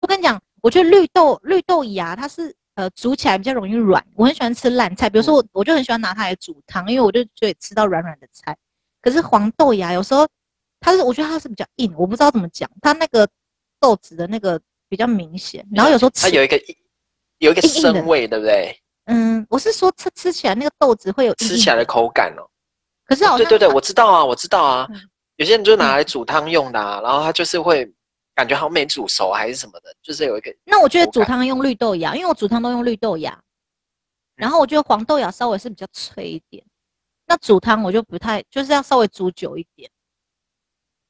Speaker 1: 我跟你讲，我觉得绿豆绿豆芽它是呃煮起来比较容易软，我很喜欢吃烂菜，比如
Speaker 2: 嗯
Speaker 1: 说我我就很喜欢拿它来煮汤，因为我就觉得吃到软软的菜。可是黄豆芽有时候它是我觉得它是比较硬，我不知道怎么讲，它那个豆子的那个比较明显，然后有时候
Speaker 2: 它
Speaker 1: 吃
Speaker 2: 有一个有一个
Speaker 1: 硬硬的
Speaker 2: 生味，对不对？
Speaker 1: 嗯，我是说吃吃起来那个豆子会有硬
Speaker 2: 吃
Speaker 1: 硬
Speaker 2: 起来的
Speaker 1: 的，
Speaker 2: 口感哦。
Speaker 1: 可是好
Speaker 2: 对
Speaker 1: 像
Speaker 2: 对对，我知道啊，我知道啊
Speaker 1: 嗯。
Speaker 2: 有些人就拿来煮汤用的啊，然后它就是会感觉好像没煮熟还是什么的，就是有一个
Speaker 1: 那我觉得
Speaker 2: 口
Speaker 1: 煮
Speaker 2: 感
Speaker 1: 汤用绿豆芽，因为我煮汤都用绿豆芽，然
Speaker 2: 嗯
Speaker 1: 后我觉得黄豆芽稍微是比较脆一点。那煮汤我就不太，就是要稍微煮久一点。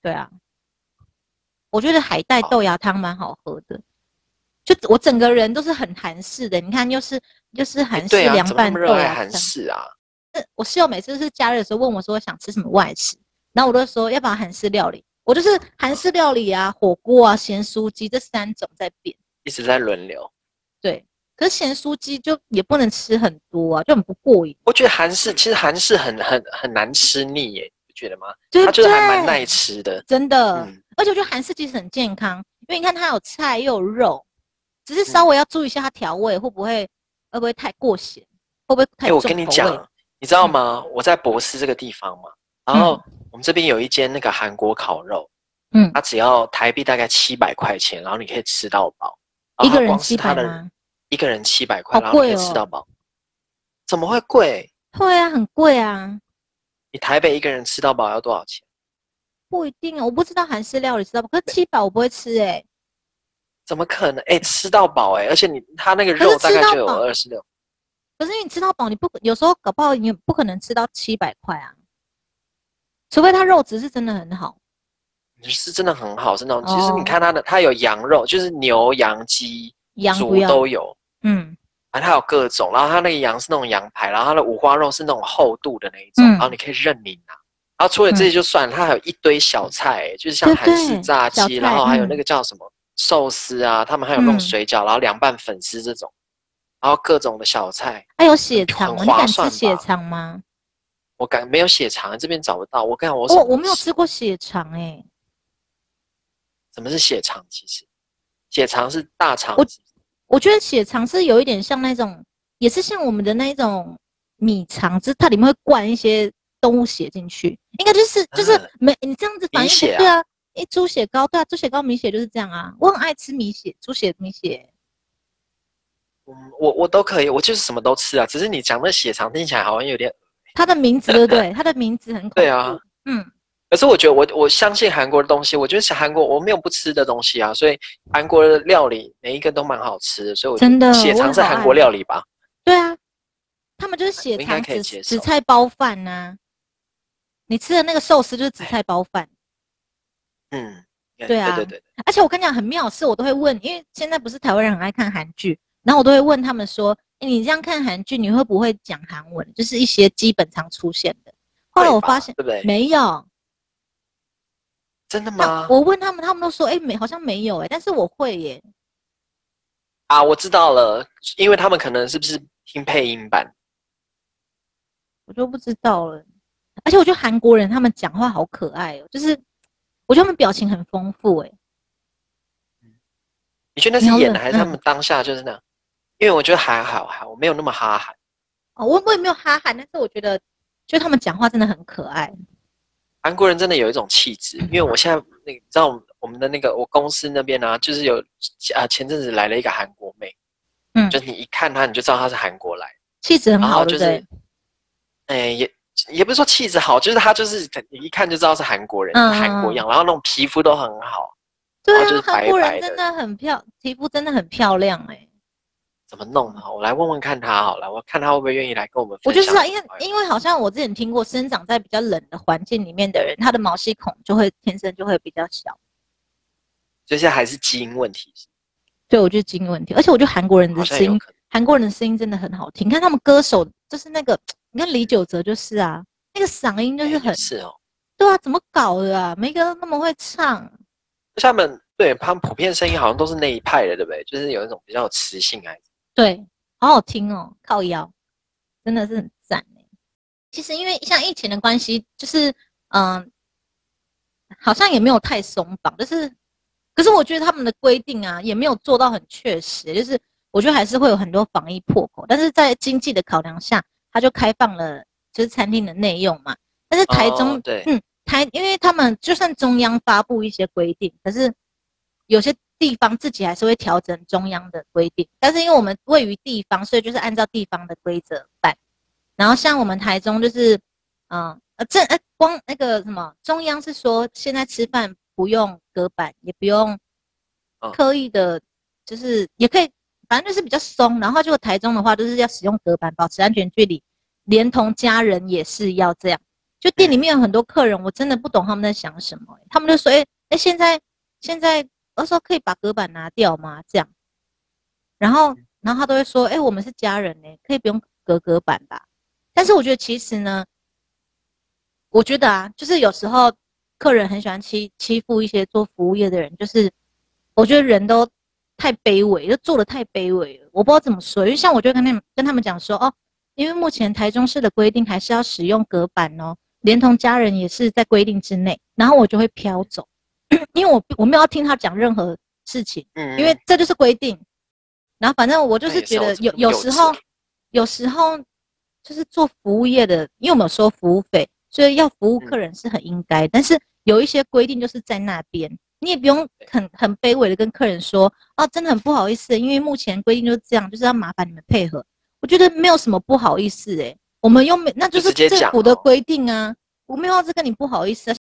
Speaker 1: 对啊，我觉得海带
Speaker 2: 好
Speaker 1: 豆芽汤蛮好喝的，就我整个人都是很韩式的。你看，又是又是韩式
Speaker 2: 对啊，
Speaker 1: 凉
Speaker 2: 怎么那
Speaker 1: 拌
Speaker 2: 么
Speaker 1: 豆
Speaker 2: 热爱
Speaker 1: 芽
Speaker 2: 韩
Speaker 1: 汤。
Speaker 2: 式啊？
Speaker 1: 是我室友每次是假日的时候问我说想吃什么外食，然后我都说要不然韩式料理，我就是韩式料理啊、火锅啊、咸酥鸡这三种在变。
Speaker 2: 一直在轮流。
Speaker 1: 对，可是咸酥鸡就也不能吃很多啊，就很不过瘾。
Speaker 2: 我觉得韩式其实韩式很很很难吃腻耶，你不觉得吗？
Speaker 1: 对
Speaker 2: 它
Speaker 1: 不
Speaker 2: 就
Speaker 1: 对？
Speaker 2: 是还蛮耐吃的。
Speaker 1: 真的，
Speaker 2: 嗯
Speaker 1: 而且我觉得韩式其实很健康，因为你看它有菜又有肉，只是
Speaker 2: 嗯
Speaker 1: 稍微要注意一下它调味会不会会不会太过咸，会不会太
Speaker 2: 哎、
Speaker 1: 重
Speaker 2: 我
Speaker 1: 口味。嗯
Speaker 2: 跟你讲，你知道吗？我在博斯这个地方嘛，然后我们这边有一间那个韩国烤肉，
Speaker 1: 嗯，
Speaker 2: 它只要台币大概七百块钱，然后你可以吃到饱。
Speaker 1: 一
Speaker 2: 然
Speaker 1: 个
Speaker 2: 后啊它
Speaker 1: 人
Speaker 2: 光是
Speaker 1: 七
Speaker 2: 它
Speaker 1: 百
Speaker 2: 的
Speaker 1: 吗？
Speaker 2: 一个人七百块，
Speaker 1: 好
Speaker 2: 然后你可
Speaker 1: 贵
Speaker 2: 以
Speaker 1: 哦
Speaker 2: 吃到饱，怎么会贵？
Speaker 1: 会啊，很贵啊，
Speaker 2: 你台北一个人吃到饱要多少钱？
Speaker 1: 不一定啊，我不知道韩式料理知道不？可是七百我不会吃哎、
Speaker 2: 怎么可能？哎、吃到饱哎、而且你它那个
Speaker 1: 嗯可是
Speaker 2: 肉大概
Speaker 1: 吃到
Speaker 2: 就有
Speaker 1: 饱
Speaker 2: 二十六，
Speaker 1: 可是因为你吃到饱，你不可有时候搞不好你不可能吃到七百块啊，除非它肉质是真的很好。
Speaker 2: 是真的很好，真的很好。其实
Speaker 1: 哦
Speaker 2: 你看它的，它有羊肉，就是牛、羊、鸡、
Speaker 1: 羊不
Speaker 2: 猪
Speaker 1: 要，
Speaker 2: 都有，
Speaker 1: 嗯
Speaker 2: 啊，它有各种。然后它那个羊是那种羊排，然后它的五花肉是那种厚度的那一种，
Speaker 1: 嗯
Speaker 2: 然后你可以任你拿。然后除了这些就算了，它还有一堆小菜、就是像
Speaker 1: 对
Speaker 2: 韩式
Speaker 1: 对
Speaker 2: 炸
Speaker 1: 小
Speaker 2: 鸡，然后
Speaker 1: 菜
Speaker 2: 还有
Speaker 1: 嗯
Speaker 2: 那个叫什么寿司啊，他们还有弄
Speaker 1: 嗯
Speaker 2: 水饺，然后凉拌粉丝这种，然后各种的小菜。
Speaker 1: 还有血肠吗？
Speaker 2: 很
Speaker 1: 你
Speaker 2: 划
Speaker 1: 敢吃
Speaker 2: 算
Speaker 1: 血
Speaker 2: 吧
Speaker 1: 肠吗？
Speaker 2: 我感没有血肠，这边找不到。我跟你讲，我什
Speaker 1: 我
Speaker 2: 么
Speaker 1: 哦我没有
Speaker 2: 是
Speaker 1: 吃过血肠哎、
Speaker 2: 什么是血肠？其实血肠是大肠
Speaker 1: 我
Speaker 2: 子，
Speaker 1: 我觉得血肠是有一点像那种，也是像我们的那一种米肠，只是它里面会灌一些动物血进去，应该就是就是
Speaker 2: 嗯
Speaker 1: 没你这样子反应
Speaker 2: 米血
Speaker 1: 不
Speaker 2: 啊
Speaker 1: 对啊。诶，猪血糕对啊，猪血糕米血就是这样啊。我很爱吃米血，猪血米血。
Speaker 2: 嗯，我我都可以，我就是什么都吃啊。只是你讲那血肠听起来好像有点，
Speaker 1: 它的名字对不对？它的名字很恐怖。
Speaker 2: 对啊。
Speaker 1: 嗯，
Speaker 2: 可是我觉得我我相信韩国的东西，我觉得是韩国我没有不吃的东西啊，所以韩国的料理每一个都蛮好吃的，所以我觉
Speaker 1: 真的
Speaker 2: 得血
Speaker 1: 我
Speaker 2: 肠
Speaker 1: 也
Speaker 2: 是
Speaker 1: 好
Speaker 2: 韩
Speaker 1: 爱哦
Speaker 2: 国料理吧？
Speaker 1: 对啊，他们就是血
Speaker 2: 啊我应该
Speaker 1: 肠
Speaker 2: 可以
Speaker 1: 紫
Speaker 2: 接
Speaker 1: 紫
Speaker 2: 受
Speaker 1: 菜包饭呐、你吃的那个寿司就是紫
Speaker 2: 哎
Speaker 1: 菜包饭。
Speaker 2: 嗯，
Speaker 1: 对啊
Speaker 2: 对对对，
Speaker 1: 而且我跟你讲，很妙的是，我都会问，因为现在不是台湾人很爱看韩剧，然后我都会问他们说，你这样看韩剧，你会不会讲韩文？就是一些基本常出现的。后来我
Speaker 2: 会吧
Speaker 1: 发现
Speaker 2: 对不对？
Speaker 1: 没有，
Speaker 2: 真的啊
Speaker 1: 那
Speaker 2: 吗？
Speaker 1: 我问他们，他们都说，哎、没，好像没有、哎，但是我会耶，
Speaker 2: 啊，我知道了，因为他们可能是不是听配音版？
Speaker 1: 我就不知道了。而且我觉得韩国人他们讲话好可爱哦、就是我觉得他们表情很丰富、哎，
Speaker 2: 你觉得那
Speaker 1: 你要
Speaker 2: 是演
Speaker 1: 忍
Speaker 2: 的还是他
Speaker 1: 嗯
Speaker 2: 们当下就是那样？因为我觉得还好还好，我没有那么哈韩。
Speaker 1: 哦，我我也没有哈韩，但是我觉得，就他们讲话真的很可爱。
Speaker 2: 韩国人真的有一种气质，
Speaker 1: 嗯
Speaker 2: 因为我现在那个，你知道我们我们的那个我公司那边呢、啊，就是有啊前阵子来了一个韩国妹，
Speaker 1: 嗯
Speaker 2: 就是你一看她你就知道她是韩国来，
Speaker 1: 气质很
Speaker 2: 然
Speaker 1: 好，
Speaker 2: 后
Speaker 1: 对
Speaker 2: 啊
Speaker 1: 不
Speaker 2: 就是
Speaker 1: 对？，
Speaker 2: 哎、也也不是说气质好，就是她就是你一看就知道是韩国人，
Speaker 1: 嗯
Speaker 2: 韩国样，然后那种皮肤都很好，
Speaker 1: 对
Speaker 2: 然后就
Speaker 1: 啊，
Speaker 2: 是
Speaker 1: 韩
Speaker 2: 白
Speaker 1: 国
Speaker 2: 白
Speaker 1: 人
Speaker 2: 的
Speaker 1: 真的很漂，皮肤真的很漂亮哎、
Speaker 2: 怎么弄的？我来问问看她好了，我看她会不会愿意来跟我们
Speaker 1: 我
Speaker 2: 分
Speaker 1: 就
Speaker 2: 享
Speaker 1: 知
Speaker 2: 这
Speaker 1: 道，
Speaker 2: 块。
Speaker 1: 因为因为好像我之前听过，生长在比较冷的环境里面的人，他的毛细孔就会天生就会比较小。
Speaker 2: 这些还是基因问题，
Speaker 1: 对，我觉得基因问题，而且我觉得韩国人
Speaker 2: 好
Speaker 1: 的
Speaker 2: 像
Speaker 1: 声
Speaker 2: 有
Speaker 1: 音，
Speaker 2: 可能。
Speaker 1: 韩国人的声音真的很好听。你看他们歌手，就是那个，你看李玖哲就是啊，那个嗓音就
Speaker 2: 哎
Speaker 1: 是
Speaker 2: 也
Speaker 1: 很，
Speaker 2: 是哦，
Speaker 1: 对啊，怎么搞的啊？每个都那么会唱，
Speaker 2: 而且他们对他们普遍声音好像都是那一派的，对不对？就是有一种比较有磁性啊还是
Speaker 1: 对，好好听哦，靠腰，真的是很赞欸其实因为像疫情的关系，就是嗯、好像也没有太松绑，就是，可是我觉得他们的规定啊，也没有做到很确实，欸就是我觉得还是会有很多防疫破口，但是在经济的考量下，他就开放了就是餐厅的内用嘛，但是台中、
Speaker 2: 哦对
Speaker 1: 嗯，台因为他们就算中央发布一些规定，可是有些地方自己还是会调整中央的规定，但是因为我们位于地方，所以就是按照地方的规则办。然后像我们台中就是，嗯呃正呃光那个什么中央是说现在吃饭不用隔板，也不用
Speaker 2: 嗯
Speaker 1: 刻意的，就是也可以，反正就是比较松。然后就台中的话，就是要使用隔板，保持安全距离，连同家人也是要这样。就店里面有很多客人，我真的不懂他们在想什么、他们就说：“哎、哎、现在现在，我说可以把隔板拿掉吗？”这样，然后然后他都会说：“哎、我们是家人呢、可以不用隔隔板吧？”但是我觉得其实呢，我觉得啊，就是有时候客人很喜欢欺欺负一些做服务业的人，就是我觉得人都太卑微，就做的太卑微了。我不知道怎么说，因为像我就跟他们跟他们讲说，哦，因为目前台中市的规定还是要使用隔板哦，连同家人也是在规定之内，然后我就会飘走， 因为我我没有要听他讲任何事情。
Speaker 2: 嗯，
Speaker 1: 因为这就是规定。然后反正我就
Speaker 2: 那
Speaker 1: 是
Speaker 2: 也
Speaker 1: 觉
Speaker 2: 是
Speaker 1: 得
Speaker 2: 我
Speaker 1: 有
Speaker 2: 这
Speaker 1: 有
Speaker 2: 幼
Speaker 1: 时
Speaker 2: 稚
Speaker 1: 候，有时候就是做服务业的，因为我们有收服务费，所以要服务
Speaker 2: 嗯
Speaker 1: 客人是很应该。但是有一些规定就是在那边，你也不用很很卑微的跟客人说哦，真的很不好意思，因为目前规定就是这样，就是要麻烦你们配合。我觉得没有什么不好意思诶、我们又没那就
Speaker 2: 就是直接
Speaker 1: 政
Speaker 2: 讲
Speaker 1: 府的
Speaker 2: 哦
Speaker 1: 规定啊，我没有要这跟你不好意思、啊。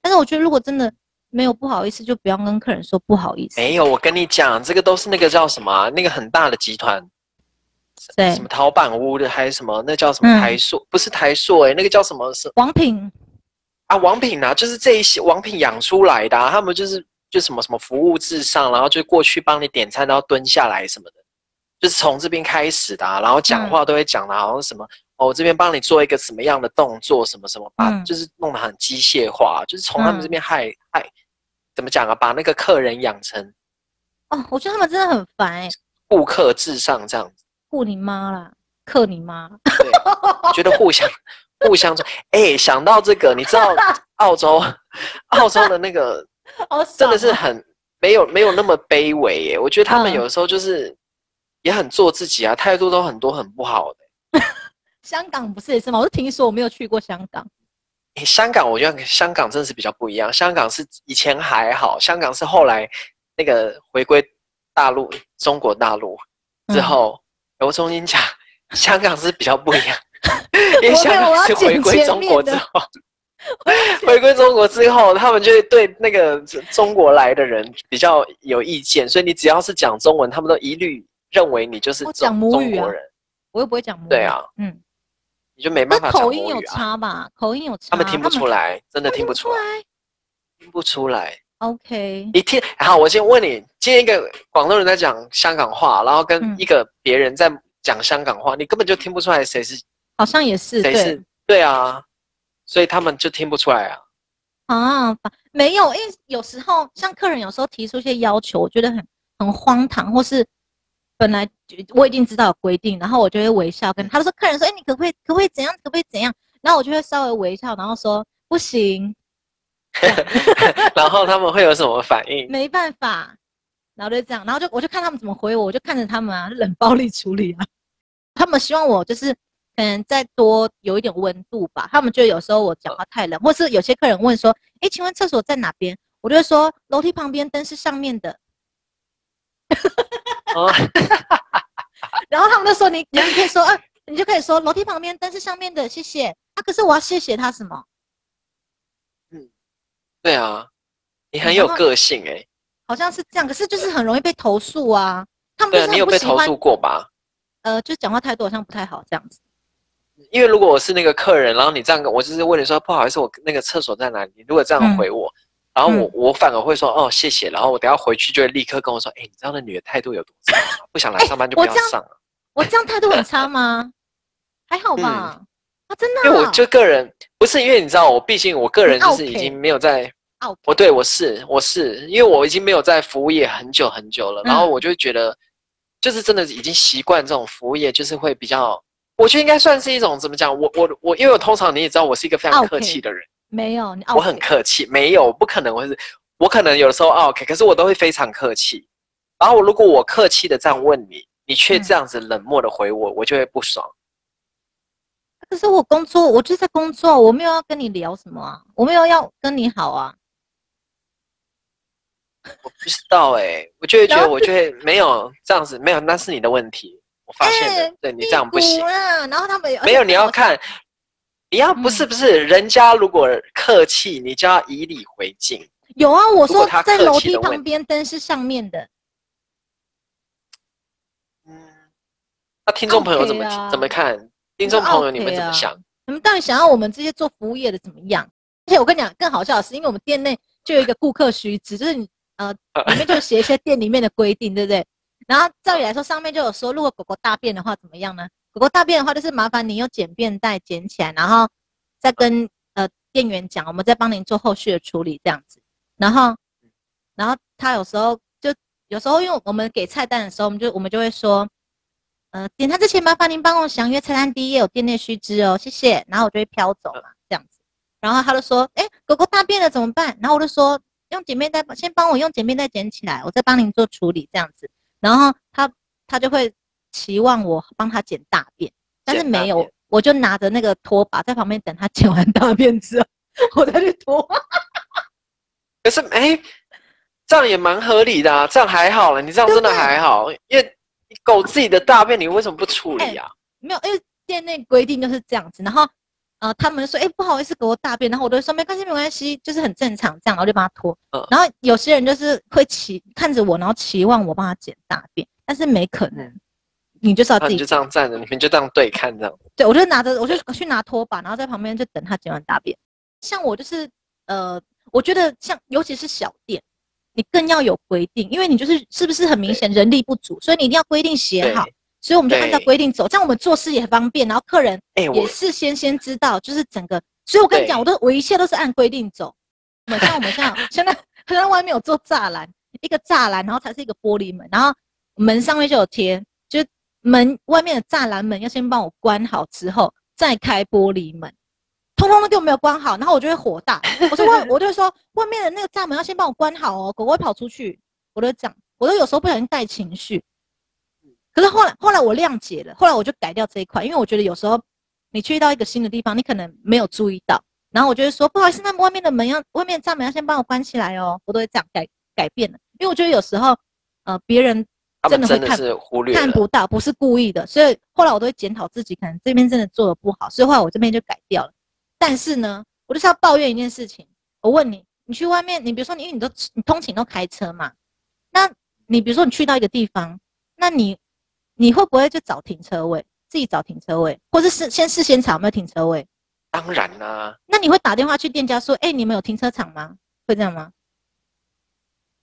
Speaker 1: 但是我觉得如果真的没有不好意思，就不要跟客人说不好意思。
Speaker 2: 没有，我跟你讲，这个都是那个叫什么啊、那个很大的集团，
Speaker 1: 对
Speaker 2: 什么陶板屋的，还是什么那叫什么
Speaker 1: 嗯
Speaker 2: 台塑，不是台塑哎、那个叫什么是
Speaker 1: 王品，
Speaker 2: 啊？王品啊，就是这一些王品养出来的、啊，他们就是就什么什么服务至上，然后就过去帮你点餐，然后蹲下来什么的，就是从这边开始的、啊，然后
Speaker 1: 嗯
Speaker 2: 讲话都会讲的、好像什么。哦，我这边帮你做一个什么样的动作，什么什么，把、
Speaker 1: 嗯
Speaker 2: 就是弄得很机械化，啊就是从他们这边害、害，怎么讲啊？把那个客人养成
Speaker 1: 哦，我觉得他们真的很烦哎、
Speaker 2: 顾客至上这样子，
Speaker 1: 顾你妈啦，克你妈，
Speaker 2: 对，觉得互相互相说，哎、想到这个，你知道澳洲澳洲的那个
Speaker 1: 好爽
Speaker 2: 真的是
Speaker 1: 哦
Speaker 2: 很没有没有那么卑微耶，我觉得他
Speaker 1: 嗯
Speaker 2: 们有的时候就是也很做自己啊，态度都很多很不好的。
Speaker 1: 香港不是也是吗？我是听说，我没有去过香港。
Speaker 2: 诶香港我觉得香港真的是比较不一样，香港是以前还好，香港是后来那个回归大陆中国大陆之
Speaker 1: 嗯
Speaker 2: 后，由中英讲香港是比较不一 样，因
Speaker 1: 我没有
Speaker 2: 为香
Speaker 1: 我要
Speaker 2: 港是回
Speaker 1: 剪
Speaker 2: 归
Speaker 1: 前
Speaker 2: 中
Speaker 1: 面
Speaker 2: 国
Speaker 1: 的
Speaker 2: 之后， 回归中国之后，他们就会对那个中国来的人比较有意见，所以你只要是讲中文，他们都一律认为你就是
Speaker 1: 我
Speaker 2: 中
Speaker 1: 讲母
Speaker 2: 中
Speaker 1: 语啊
Speaker 2: 国人，
Speaker 1: 我又不会讲母语。
Speaker 2: 对啊，
Speaker 1: 嗯，
Speaker 2: 你就没
Speaker 1: 那
Speaker 2: 办法讲
Speaker 1: 口
Speaker 2: 母
Speaker 1: 音有
Speaker 2: 语啊，
Speaker 1: 差吧？口音有差，
Speaker 2: 他们听不出
Speaker 1: 来，
Speaker 2: 来，真的
Speaker 1: 他们
Speaker 2: 听不出来，
Speaker 1: 来。
Speaker 2: 听不出来。
Speaker 1: OK，
Speaker 2: 你听好，我先问你，今天一个广东人在讲香港话，然后跟
Speaker 1: 嗯
Speaker 2: 一个别人在讲香港话，你根本就听不出来谁是
Speaker 1: 好像也是
Speaker 2: 谁
Speaker 1: 对
Speaker 2: 是对啊，所以他们就听不出来啊。
Speaker 1: 啊，反没有，因为有时候像客人有时候提出一些要求，我觉得很很荒唐，或是本来就我已经知道有规定，然后我就会微笑跟他说，客人说，哎、你可不可以可不可以怎样，可不可以怎样，然后我就会稍微微笑，然后说不行，
Speaker 2: 然后他们会有什么反 应？
Speaker 1: 没办法，然后就这样，然后就我就看他们怎么回我，我就看着他们啊，就冷暴力处理啊。他们希望我就是可能再多有一点温度吧。他们觉得有时候我讲话太冷，或是有些客人问说：“诶，请问厕所在哪边？”我就会说：“楼梯旁边，灯是上面的。”
Speaker 2: 哦，
Speaker 1: 然后他们就说：“你你可以说啊，你就可以说楼梯旁边，灯是上面的，谢谢。”啊，可是我要谢谢他什么？
Speaker 2: 对啊，你很有个性哎、
Speaker 1: 好像是这样，可是就是很容易被投诉啊。他们
Speaker 2: 对
Speaker 1: 就
Speaker 2: 啊，
Speaker 1: 是
Speaker 2: 你
Speaker 1: 很
Speaker 2: 有
Speaker 1: 不
Speaker 2: 被
Speaker 1: 喜
Speaker 2: 投
Speaker 1: 欢
Speaker 2: 诉，过吧？
Speaker 1: 呃，就讲话态度好像不太好这样子。
Speaker 2: 因为如果我是那个客人，然后你这样跟我，就是问你说不好意思，我那个厕所在哪里？你如果这样回我，然后我、
Speaker 1: 嗯
Speaker 2: 我反而会说哦谢谢，然后我等下回去就会立刻跟我说，哎、你知道那女的态度有多差，不想来上班就不
Speaker 1: 哎我
Speaker 2: 要
Speaker 1: 这样
Speaker 2: 上了。
Speaker 1: 我这样态度很差 吗？还好吧，啊，真的啊、
Speaker 2: 嗯因为我就个人不是因为你知道，我毕竟我个人
Speaker 1: 你 OK
Speaker 2: 就是已经没有在哦
Speaker 1: 啊我
Speaker 2: 我对我是我是，因为我已经没有在服务业很久很久了，
Speaker 1: 嗯
Speaker 2: 然后我就觉得，就是真的已经习惯这种服务业，就是会比较，我觉得应该算是一种怎么讲，我我我，因为我通常你也知道，我是一个非常
Speaker 1: OK
Speaker 2: 客气的人，
Speaker 1: 没有，你哦
Speaker 2: 我很
Speaker 1: OK
Speaker 2: 客气，没有不可能会是，我可能有时候哦 OK，可是我都会非常客气，然后如果我客气的这样问你，你却
Speaker 1: 嗯
Speaker 2: 这样子冷漠的回我，我就会不爽。
Speaker 1: 可是我工作，我就是在工作，我没有要跟你聊什么啊，我没有要跟你好啊。
Speaker 2: 我不知道哎、我就会觉
Speaker 1: 然
Speaker 2: 得，
Speaker 1: 后
Speaker 2: 我就会没有这样子，没有，那是你的问题。我发现了，
Speaker 1: 哎
Speaker 2: 对你这样不
Speaker 1: 屁
Speaker 2: 行
Speaker 1: 股。啦。然后他们而且
Speaker 2: 没
Speaker 1: 他
Speaker 2: 有，
Speaker 1: 们
Speaker 2: 你要看，你要不是不
Speaker 1: 嗯
Speaker 2: 是，人家如果客气，你就要以礼回敬。
Speaker 1: 有啊，我
Speaker 2: 如
Speaker 1: 说
Speaker 2: 果他
Speaker 1: 在
Speaker 2: 客
Speaker 1: 楼
Speaker 2: 气
Speaker 1: 梯
Speaker 2: 的
Speaker 1: 旁
Speaker 2: 问
Speaker 1: 边，灯是上面的。
Speaker 2: 嗯，那听众朋友怎么
Speaker 1: OK 啊
Speaker 2: 怎么看？听
Speaker 1: 就
Speaker 2: 众朋友
Speaker 1: OK
Speaker 2: 你们怎么想？
Speaker 1: 你们到底想要我们这些做服务业的怎么样？而且我跟你讲，更好笑的是，因为我们店内就有一个顾客须知，就是你呃里面就写一些店里面的规定，对不对？然后照理来说，上面就有说，如果狗狗大便的话怎么样呢？狗狗大便的话，就是麻烦你用简便袋捡起来，然后再跟呃店员讲，我们再帮您做后续的处理这样子。然后，然后他有时候就有时候，因为我们给菜单的时候，我们就我们就会说，呃，点餐之前麻烦您帮我详阅菜单第一页有店内须知哦，谢谢。然后我就会飘走
Speaker 2: 嗯
Speaker 1: 嘛，这样子。然后他就说，哎、狗狗大便了怎么办？然后我就说，用简便袋吧，先帮我用简便袋捡起来，我再帮您做处理这样子。然后他他就会期望我帮他捡大便，但是
Speaker 2: 捡大
Speaker 1: 没有
Speaker 2: 便，
Speaker 1: 我就拿着那个拖把在旁边等他捡完大便之后，我再去拖。
Speaker 2: 可是哎、这样也蛮合理的啊，这样还好了，你这样
Speaker 1: 对
Speaker 2: 真
Speaker 1: 不
Speaker 2: 的
Speaker 1: 对啊
Speaker 2: 还好，因为你狗自己的大便你为什么不处理啊？
Speaker 1: 没有，因为店内规定就是这样子。然后，呃，他们就说，哎、不好意思，给我大便。然后我都会说，没关系，没关系，就是很正常这样。然后就帮他拖。
Speaker 2: 嗯
Speaker 1: 然后有些人就是会期看着我，然后期望我帮他捡大便，但是没可能。你就是要
Speaker 2: 那
Speaker 1: 自
Speaker 2: 嗯啊你
Speaker 1: 己
Speaker 2: 就这样站着，你们就这样对看这样。
Speaker 1: 对，我就拿着，我就去拿拖把，然后在旁边就等他捡完大便。像我就是，呃，我觉得像尤其是小店，你更要有规定，因为你就是是不是很明显人力不足，所以你一定要规定写
Speaker 2: 对，
Speaker 1: 好，所以我们就按照
Speaker 2: 对
Speaker 1: 规定走，这样我们做事也很方便，然后客人
Speaker 2: 哎、我
Speaker 1: 也事先先知道，就是整个。所以我跟你
Speaker 2: 对
Speaker 1: 讲，我都我一切都是按规定走。我们像我们像现在现在外面有做栅栏，一个栅栏，然后才是一个玻璃门，然后门上面就有贴，就是门外面的栅栏门要先帮我关好之后，再开玻璃门。通通都给我没有关好，然后我就会火大。我说外，我就会说外面的那个栅门要先帮我关好哦，狗狗会跑出去。我都讲，我都有时候不小心带情绪。可是后来，后来我谅解了，后来我就改掉这一块，因为我觉得有时候你去到一个新的地方，你可能没有注意到，然后我就会说不好意思，那外面的门要外面的栅门要先帮我关起来哦，我都会这样改改变了，因为我觉得有时候呃别人
Speaker 2: 他们
Speaker 1: 真的会
Speaker 2: 真的
Speaker 1: 看
Speaker 2: 是忽略
Speaker 1: 看
Speaker 2: 了。
Speaker 1: 不到，不是故意的，所以后来我都会检讨自己，可能这边真的做的不好，所以后来我这边就改掉了。但是呢，我就是要抱怨一件事情，我问你，你去外面，你比如说你因为你都你通勤都开车嘛，那你比如说你去到一个地方，那你你会不会就找停车位，自己找停车位，或是是先事先查有没有停车位？
Speaker 2: 当然啦、
Speaker 1: 那你会打电话去店家说，哎、你们有停车场吗？会这样吗？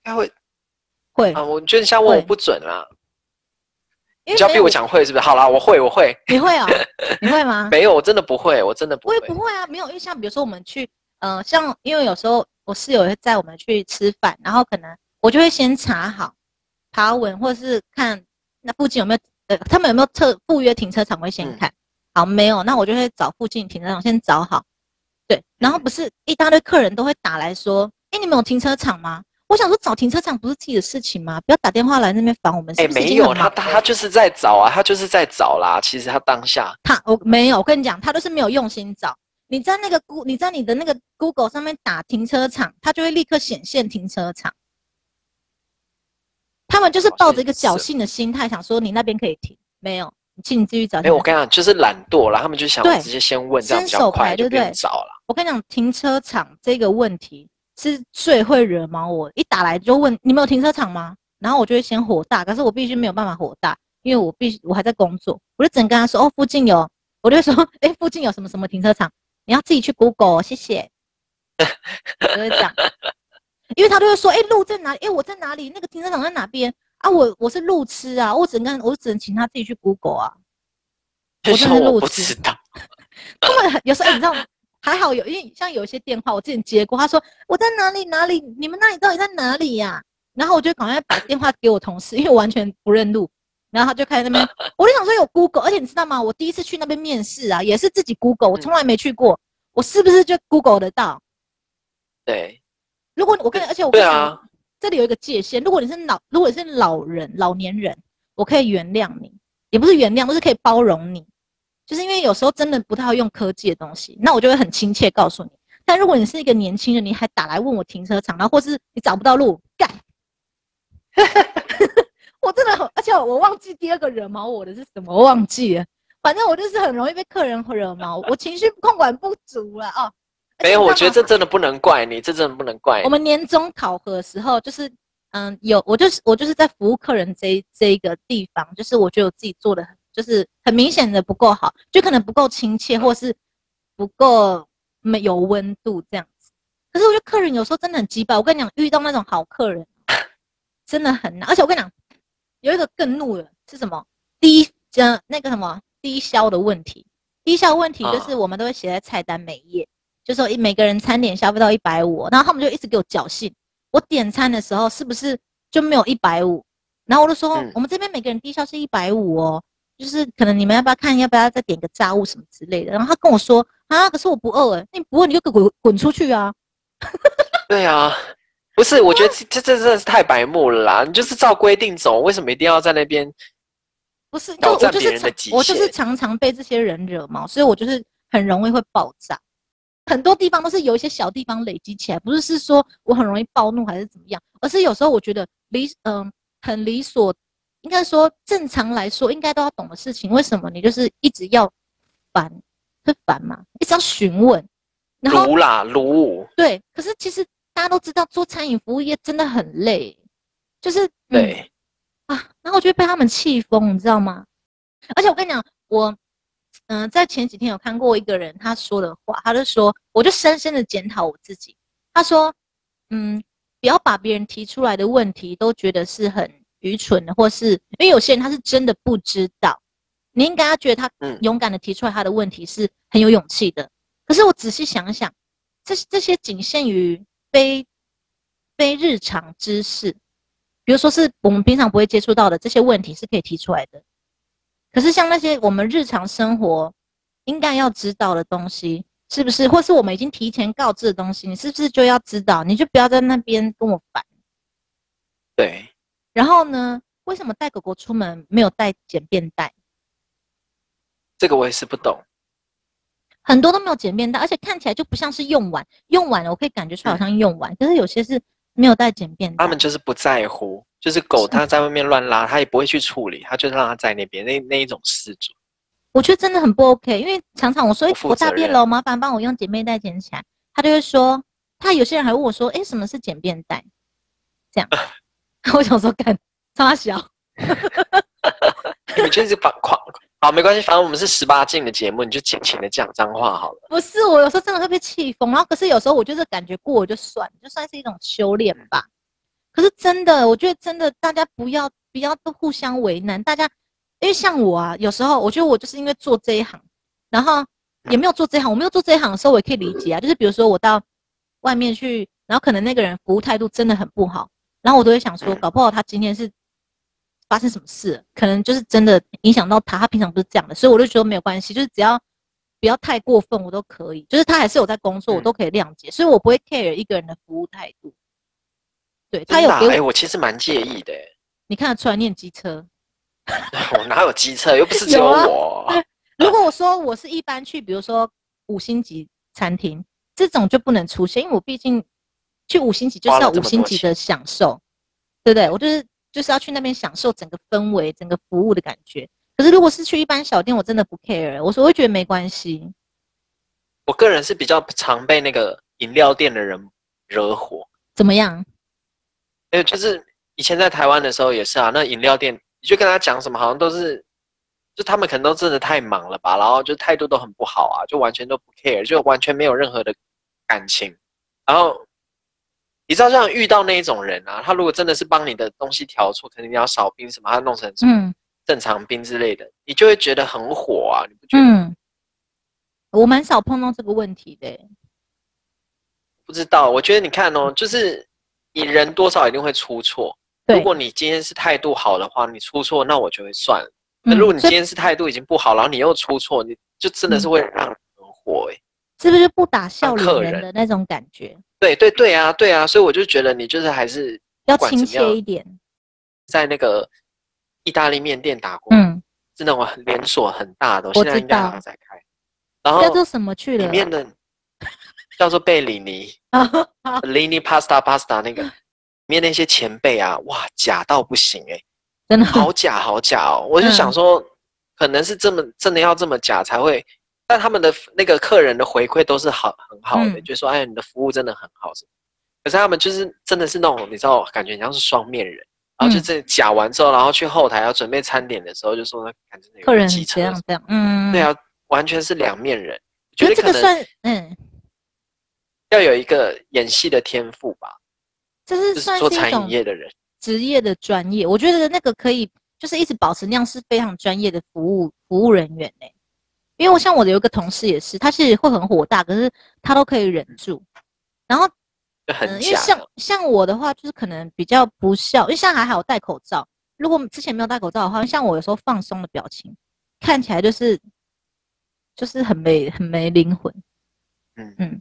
Speaker 2: 应该会
Speaker 1: 会
Speaker 2: 啊，我觉得你现在问
Speaker 1: 会
Speaker 2: 我不准啦。
Speaker 1: 因
Speaker 2: 哦
Speaker 1: 为
Speaker 2: 你就要
Speaker 1: 没
Speaker 2: 逼
Speaker 1: 有
Speaker 2: 我讲会是不是？好啦，我会，我会。
Speaker 1: 你会哦，你会 吗？
Speaker 2: 没有，我真的不会，我真的不
Speaker 1: 我
Speaker 2: 会
Speaker 1: 也。不会啊，没有，因为像比如说我们去，呃，像因为有时候我室友会载我们去吃饭，然后可能我就会先查好爬文，或是看那附近有没有呃，他们有没有特赴约停车场，我会先
Speaker 2: 嗯
Speaker 1: 看。好，没有，那我就会找附近停车场先找好。对，然后不是一大堆客人都会打来说，哎、你们有停车场吗？我想说找停车场不是自己的事情吗？不要打电话来那边烦我们。
Speaker 2: 哎、
Speaker 1: 是不是已啊
Speaker 2: 没
Speaker 1: 经
Speaker 2: 有，
Speaker 1: 很
Speaker 2: 他
Speaker 1: 忙
Speaker 2: 他
Speaker 1: 了
Speaker 2: 他就是在找啊，他就是在找啦。其实他当下，
Speaker 1: 他我没有，我跟你讲，他都是没有用心找。你在那个 Go，你在你的那个 Google 上面打停车场，它就会立刻显现停车场。他们就是抱着一个侥幸的心态，想说你那边可以停，没有，你请你继续找。
Speaker 2: 没哎有，我跟你讲，就是懒惰啦，他们就想
Speaker 1: 嗯对
Speaker 2: 直接先问，这样比
Speaker 1: 伸
Speaker 2: 较
Speaker 1: 手牌
Speaker 2: 快，就不
Speaker 1: 对不对
Speaker 2: 用找了。
Speaker 1: 我跟你讲，停车场这个问题是最会惹毛我。一打来就问你们有停车场吗？然后我就会先火大，可是我必须没有办法火大，因为我必须我还在工作，我就只能跟他说哦，附近有，我就会说 哎、附近有什么什么停车场，你要自己去 Google，哦谢谢。我就会这样，因为他都会说哎、路在哪里？哎、我在哪里？那个停车场在哪边？啊，我我是路痴啊，我只能跟我只能请他自己去 Google 啊。我
Speaker 2: 就
Speaker 1: 真
Speaker 2: 像
Speaker 1: 的是
Speaker 2: 我
Speaker 1: 路
Speaker 2: 不
Speaker 1: 痴
Speaker 2: 知道，
Speaker 1: 他们很有时候、哎你知道吗还好有，因为像有一些电话我之前接过，他说我在哪里哪里，你们那里到底在哪里呀、然后我就赶快把电话给我同事，因为我完全不认路。然后他就开始那边，我就想说有 Google，而且你知道吗？我第一次去那边面试啊，也是自己 Google，我从来没去过，我是不是就 Google 得到？
Speaker 2: 对
Speaker 1: 如果我跟你，而且我跟
Speaker 2: 对
Speaker 1: 你讲
Speaker 2: 啊，
Speaker 1: 这里有一个界限，如果你是老，如果你是老人、老年人，我可以原谅你，也不是原谅，就是可以包容你，就是因为有时候真的不太会用科技的东西，那我就会很亲切告诉你。但如果你是一个年轻人，你还打来问我停车场，然后或是你找不到路，干， 我真的很，而且我忘记第二个惹毛我的是什么，我忘记了。反正我就是很容易被客人惹毛，我情绪控管不足了哦。而且
Speaker 2: 没有，
Speaker 1: 你
Speaker 2: 我
Speaker 1: 知
Speaker 2: 觉
Speaker 1: 道
Speaker 2: 得
Speaker 1: 吗
Speaker 2: 这真的不能怪你，这真的不能怪
Speaker 1: 我
Speaker 2: 你。
Speaker 1: 们年终考核的时候，就是嗯，有我就是我就是在服务客人这一这一个地方，就是我觉得我自己做的就是很明显的不够好，就可能不够亲切，或是不够没有温度这样子。可是我觉得客人有时候真的很鸡巴，我跟你讲，遇到那种好客人真的很难。而且我跟你讲，有一个更怒的是什么？低呃那个什么低消的问题，低消问题就是
Speaker 2: 啊
Speaker 1: 我们都会写在菜单每一页。就说一每个人餐点消费到一百五，然后他们就一直给我侥幸，我点餐的时候是不是就没有一百五？然后我就说、
Speaker 2: 嗯
Speaker 1: 我们这边每个人低消是一百五哦，就是可能你们要不要看要不要再点个炸物什么之类的。然后他跟我说啊，可是我不饿哎，那你不饿你就给我滚滚出去啊！
Speaker 2: 对啊，不是，我觉得这这这真的是太白目了啦！你就是照规定走，为什么一定要在那边？
Speaker 1: 不是，就
Speaker 2: 挑
Speaker 1: 我
Speaker 2: 战
Speaker 1: 就
Speaker 2: 别
Speaker 1: 是
Speaker 2: 人的
Speaker 1: 常
Speaker 2: 极
Speaker 1: 我就是
Speaker 2: 限
Speaker 1: 常常被这些人惹毛，所以我就是很容易会爆炸。很多地方都是有一些小地方累积起来，不是是说我很容易暴怒还是怎么样，而是有时候我觉得理嗯、很理所，应该说正常来说应该都要懂的事情，为什么你就是一直要烦，会烦嘛，一直要询问，然后
Speaker 2: 撸啦撸，
Speaker 1: 对，可是其实大家都知道做餐饮服务业真的很累，就是嗯
Speaker 2: 对，
Speaker 1: 啊，然后我就被他们气疯，你知道吗？而且我跟你讲，我嗯、呃在前几天有看过一个人他说的话，他就说，我就深深的检讨我自己。他说，嗯，不要把别人提出来的问题都觉得是很愚蠢的，或是因为有些人他是真的不知道，你应该要觉得他
Speaker 2: 嗯
Speaker 1: 勇敢的提出来他的问题是很有勇气的。可是我仔细想想，这这些仅限于非非日常知识，比如说是我们平常不会接触到的这些问题是可以提出来的。可是像那些我们日常生活应该要知道的东西，是不是？或是我们已经提前告知的东西，你是不是就要知道？你就不要在那边跟我烦。
Speaker 2: 对，
Speaker 1: 然后呢，为什么带狗狗出门没有带简便带？
Speaker 2: 这个我也是不懂。
Speaker 1: 很多都没有简便带，而且看起来就不像是用完，用完了我可以感觉出来好像用完，可是有些是没有带简便带
Speaker 2: 他。们就是不在乎，就是狗它在外面乱拉，它也不会去处理，它就让它在那边那那一种失主。
Speaker 1: 我觉得真的很不 OK，因为常常我说、
Speaker 2: 不
Speaker 1: 诶
Speaker 2: 负
Speaker 1: 我大
Speaker 2: 责
Speaker 1: 便
Speaker 2: 任
Speaker 1: 了，麻烦帮我用简便袋捡起来，他就会说，他有些人还问我说，哎、什么是简便袋？这样， 我想说干，差小，
Speaker 2: 你就是把狂好没关系，反正我们是十八禁的节目，你就尽情的讲脏话好了。
Speaker 1: 不是我有时候真的会被气疯，然后可是有时候我就是感觉过我就算，就算是一种修炼吧。可是真的，我觉得真的大家不要不要都互相为难，大家因为像我啊，有时候我觉得我就是因为做这一行，然
Speaker 2: 啊
Speaker 1: 后也没有做这一行，我没有做这一行的时候，我也可以理解啊。就是比如说我到外面去，然后可能那个人服务态度真的很不好，然后我都会想
Speaker 2: 嗯
Speaker 1: 说，搞不好他今天是发生什么事了，可能就是真的影响到他，他平常不是这样的，所以我就觉得没有关系，就是只要不要太过分，我都可以，就是他还是有在工作，
Speaker 2: 嗯
Speaker 1: 我都可以谅解，所以我不会 care 一个人的服务态度。对他
Speaker 2: 真
Speaker 1: 有
Speaker 2: 的啊
Speaker 1: 给
Speaker 2: 哎、
Speaker 1: 我，
Speaker 2: 我其实蛮介意的、欸，
Speaker 1: 你看得出来念机车。
Speaker 2: 我哪有机车，又不是只有
Speaker 1: 有啊
Speaker 2: 我。
Speaker 1: 如果我说我是一般去，比如说五星级餐厅这种就不能出现，因为我毕竟去五星级就是要五星级的享受，对不对？我就是就是要去那边享受整个氛围、整个服务的感觉。可是如果是去一般小店，我真的不 care，我说我会觉得没关系。
Speaker 2: 我个人是比较常被那个饮料店的人惹火，
Speaker 1: 怎么样？
Speaker 2: 因为呃就是以前在台湾的时候也是啊，那饮料店你就跟他讲什么，好像都是，就他们可能都真的太忙了吧，然后就态度都很不好啊，就完全都不 care，就完全没有任何的感情。然后你知道，像遇到那一种人啊，他如果真的是帮你的东西调错，可能你要少冰什么，他弄成什么
Speaker 1: 嗯
Speaker 2: 正常冰之类的，你就会觉得很火啊，你不觉得？
Speaker 1: 嗯，我蛮少碰到这个问题的欸、
Speaker 2: 不知道，我觉得你看哦，就是你人多少一定会出错。
Speaker 1: 对
Speaker 2: 如果你今天是态度好的话，你出错那我就会算了。那
Speaker 1: 嗯
Speaker 2: 如果你
Speaker 1: 所
Speaker 2: 今
Speaker 1: 以嗯
Speaker 2: 天是态度已经不好，然后你又出错，你就真的是会让人很火哎、
Speaker 1: 是不是不打笑
Speaker 2: 客
Speaker 1: 脸
Speaker 2: 人
Speaker 1: 人的那种感觉？
Speaker 2: 对对对啊，对啊，所以我就觉得你就是还是
Speaker 1: 要
Speaker 2: 管
Speaker 1: 亲
Speaker 2: 怎么样
Speaker 1: 切一点。
Speaker 2: 在那个意大利面店打工，
Speaker 1: 嗯，
Speaker 2: 是那种很连锁很大的，
Speaker 1: 知
Speaker 2: 现在应该还
Speaker 1: 道
Speaker 2: 在开。然后
Speaker 1: 叫做什么去
Speaker 2: 哦里
Speaker 1: 了？
Speaker 2: 面的叫做贝里尼
Speaker 1: 哦
Speaker 2: （Lini Pasta Pasta） 那个，里面那些前辈啊，哇，假到不行哎、
Speaker 1: 真 的
Speaker 2: 好假好假哦！我就
Speaker 1: 嗯
Speaker 2: 想说，可能是这么真的要这么假才会，但他们的那个客人的回馈都是好很好的，
Speaker 1: 嗯
Speaker 2: 就说哎你的服务真的很好什么可是他们就是真的是那种你知道，感觉像是双面人，然后就
Speaker 1: 嗯
Speaker 2: 这假完之后，然后去后台要准备餐点的时候，就说感觉有
Speaker 1: 客人
Speaker 2: 机车
Speaker 1: 怎样怎样，嗯，
Speaker 2: 对，啊，完全是两面人。我觉
Speaker 1: 可是这
Speaker 2: 得可
Speaker 1: 个
Speaker 2: 能
Speaker 1: 算，嗯，
Speaker 2: 要有一个演戏的天赋吧，
Speaker 1: 这是
Speaker 2: 就是
Speaker 1: 算
Speaker 2: 做
Speaker 1: 是一
Speaker 2: 餐饮
Speaker 1: 种
Speaker 2: 业的人。
Speaker 1: 职业的专业，我觉得那个可以，就是一直保持那样是非常专业的服务服务人员呢、因为我像我的有一个同事也是，他其实会很火大，可是他都可以忍住。然后，
Speaker 2: 就很
Speaker 1: 嗯，因为
Speaker 2: 假
Speaker 1: 像
Speaker 2: 的，
Speaker 1: 像我的话，就是可能比较不笑，因为像还好戴口罩。如果之前没有戴口罩的话，像我有时候放松的表情，看起来就是就是很没很没灵魂，
Speaker 2: 嗯。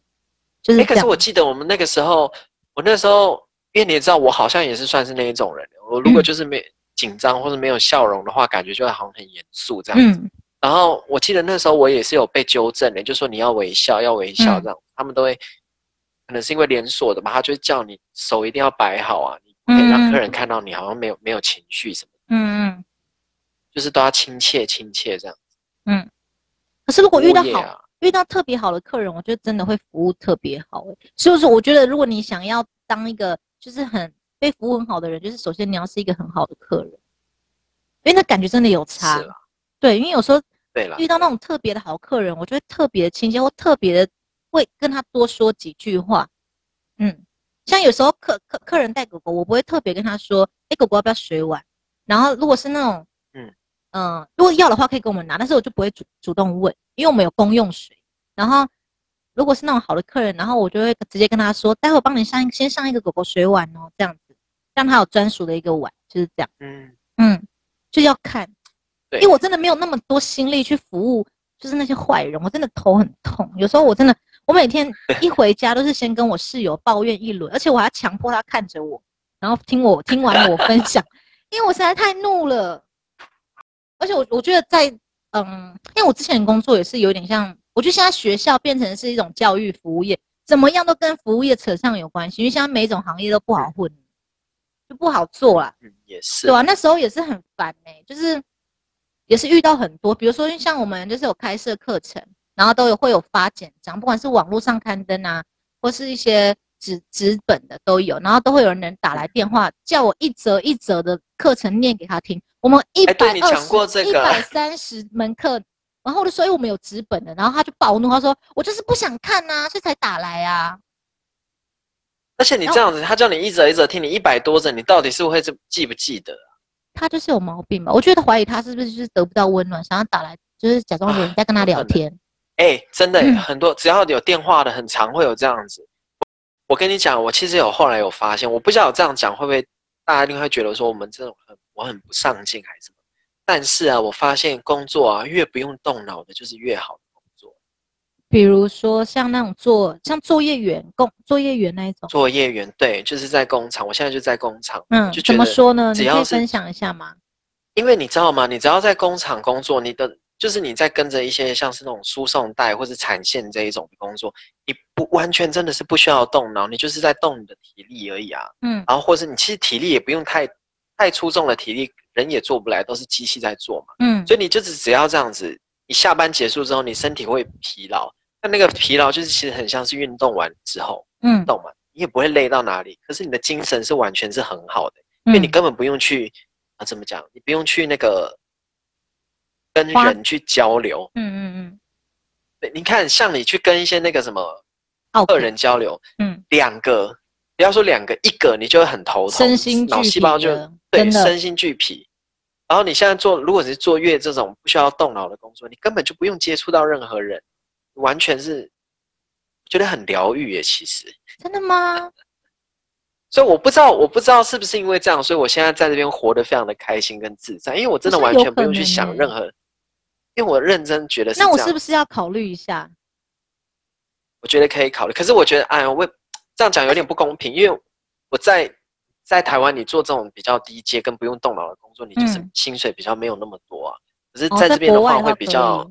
Speaker 1: 就是
Speaker 2: 哎、
Speaker 1: 这
Speaker 2: 可
Speaker 1: 样。
Speaker 2: 是我记得我们那个时候，我那时候，因为你也知道，我好像也是算是那一种人。我如果
Speaker 1: 嗯
Speaker 2: 就是没紧张或者没有笑容的话，感觉就好像很严肃这样。
Speaker 1: 嗯，
Speaker 2: 然后我记得那时候我也是有被纠正的，就说你要微笑，要微笑
Speaker 1: 嗯
Speaker 2: 这样。他们都会，可能是因为连锁的吧，他就会叫你手一定要摆好啊，你不可以让
Speaker 1: 嗯
Speaker 2: 客人看到你好像没有没有情绪什么，
Speaker 1: 嗯嗯
Speaker 2: 就是都要亲切亲切这样。
Speaker 1: 嗯。可是如果遇到
Speaker 2: 服务业
Speaker 1: 好、
Speaker 2: 啊
Speaker 1: 遇到特别好的客人，我觉得真的会服务特别好、欸。所以说，我觉得如果你想要当一个就是很被服务很好的人，就是首先你要是一个很好的客人，因为那感觉真的有
Speaker 2: 是
Speaker 1: 差。
Speaker 2: 啦，
Speaker 1: 对，因为有时候
Speaker 2: 对啦，
Speaker 1: 遇到那种特别的好客人，我就会特别的亲切，或特别的会跟他多说几句话。嗯，像有时候客客客人带狗狗，我不会特别跟他说，哎、狗狗要不要水碗？然后如果是那种，
Speaker 2: 嗯
Speaker 1: 嗯如果要的话可以给我们拿，但是我就不会主主动问，因为我们有公用水。然后如果是那种好的客人，然后我就会直接跟他说，待会儿帮你上一先上一个狗狗水碗哦，这样子，让他有专属的一个碗，就是这样。
Speaker 2: 嗯，
Speaker 1: 嗯，就要看，
Speaker 2: 对
Speaker 1: 因为我真的没有那么多心力去服务，就是那些坏人，我真的头很痛。有时候我真的，我每天一回家都是先跟我室友抱怨一轮，而且我还强迫他看着我，然后听我听完我分享，因为我实在太怒了。而且我我觉得在嗯，因为我之前的工作也是有点像，我觉得现在学校变成是一种教育服务业，怎么样都跟服务业扯上有关系，因为现在每一种行业都不好混，就不好做啦。
Speaker 2: 嗯也是
Speaker 1: 对。啊，那时候也是很烦呢、就是也是遇到很多，比如说像我们就是有开设课程，然后都有会有发简章，不管是网络上刊登啊，或是一些纸纸本的都有，然后都会有人打来电话叫我一则一则的课程念给他听。我们一百
Speaker 2: 哎对你讲过
Speaker 1: 二
Speaker 2: 这
Speaker 1: 十、
Speaker 2: 个
Speaker 1: 一百三十门课，然后我就说，哎、我们有纸本的，然后他就暴怒，他说我就是不想看呐、所以才打来啊。
Speaker 2: 而且你这样子，他叫你一折一折听，你一百多折，你到底是会记记不记得啊？
Speaker 1: 他就是有毛病吧？我觉得怀疑他是不是就是得不到温暖，想要打来就是假装有人在 跟他聊天。
Speaker 2: 哎、真的耶、
Speaker 1: 嗯
Speaker 2: 很多，只要有电话的，很常会有这样子。我跟你讲，我其实有后来有发现，我不知道我这样讲会不会大家一定会觉得说我们这种很我很不上进还是什么。但是啊，我发现工作啊越不用动脑的，就是越好的工作。
Speaker 1: 比如说像那种做像作业员工作业员那一种，
Speaker 2: 作业员对，就是在工厂，我现在就在工厂，
Speaker 1: 嗯
Speaker 2: 就，觉
Speaker 1: 怎么
Speaker 2: 得
Speaker 1: 说呢？
Speaker 2: 只
Speaker 1: 你
Speaker 2: 要
Speaker 1: 可以
Speaker 2: 是
Speaker 1: 分享一下吗？
Speaker 2: 因为你知道吗？你只要在工厂工作，你的就是你在跟着一些像是那种输送带或是产线这一种的工作，你不完全真的是不需要动脑，你就是在动你的体力而已啊。
Speaker 1: 嗯
Speaker 2: 然后或是你其实体力也不用太太出众的体力，人也做不来，都是机器在做嘛。
Speaker 1: 嗯，
Speaker 2: 所以你就是只要这样子，你下班结束之后，你身体会疲劳，那那个疲劳就是其实很像是运动完之后
Speaker 1: 嗯，
Speaker 2: 动嘛，你也不会累到哪里，可是你的精神是完全是很好的。
Speaker 1: 因
Speaker 2: 因为你根本不用去啊，怎么讲？你不用去那个跟
Speaker 1: 花
Speaker 2: 人去交流。
Speaker 1: 嗯嗯嗯，
Speaker 2: 对你看，像你去跟一些那个什么
Speaker 1: 哦，
Speaker 2: 二人交流，
Speaker 1: 嗯，
Speaker 2: 两个不要说两个，一个你就会很头痛，
Speaker 1: 身心
Speaker 2: 脑
Speaker 1: 俱
Speaker 2: 细
Speaker 1: 疲
Speaker 2: 胞就
Speaker 1: 了，
Speaker 2: 对
Speaker 1: 真的
Speaker 2: 身心俱疲。然后你现在做，如果你是做月这种不需要动脑的工作，你根本就不用接触到任何人，完全是觉得很疗愈耶。其实，
Speaker 1: 真的吗？
Speaker 2: 所以我不知道，我不知道是不是因为这样，所以我现在在这边活得非常的开心跟自在，因为我真的
Speaker 1: 好像
Speaker 2: 完
Speaker 1: 有
Speaker 2: 全不用去
Speaker 1: 可能
Speaker 2: 想
Speaker 1: 欸
Speaker 2: 任何，因为我认真觉得是这
Speaker 1: 那
Speaker 2: 样，
Speaker 1: 我是不是要考虑一下？
Speaker 2: 我觉得可以考虑。可是我觉得，哎，我也这样讲有点不公平，因为我在在台湾，你做这种比较低阶跟不用动脑的工作，你就是
Speaker 1: 嗯
Speaker 2: 薪水比较没有那么多啊。可是
Speaker 1: 哦，
Speaker 2: 在这边
Speaker 1: 国外
Speaker 2: 话，
Speaker 1: 的
Speaker 2: 会比
Speaker 1: 可
Speaker 2: 较、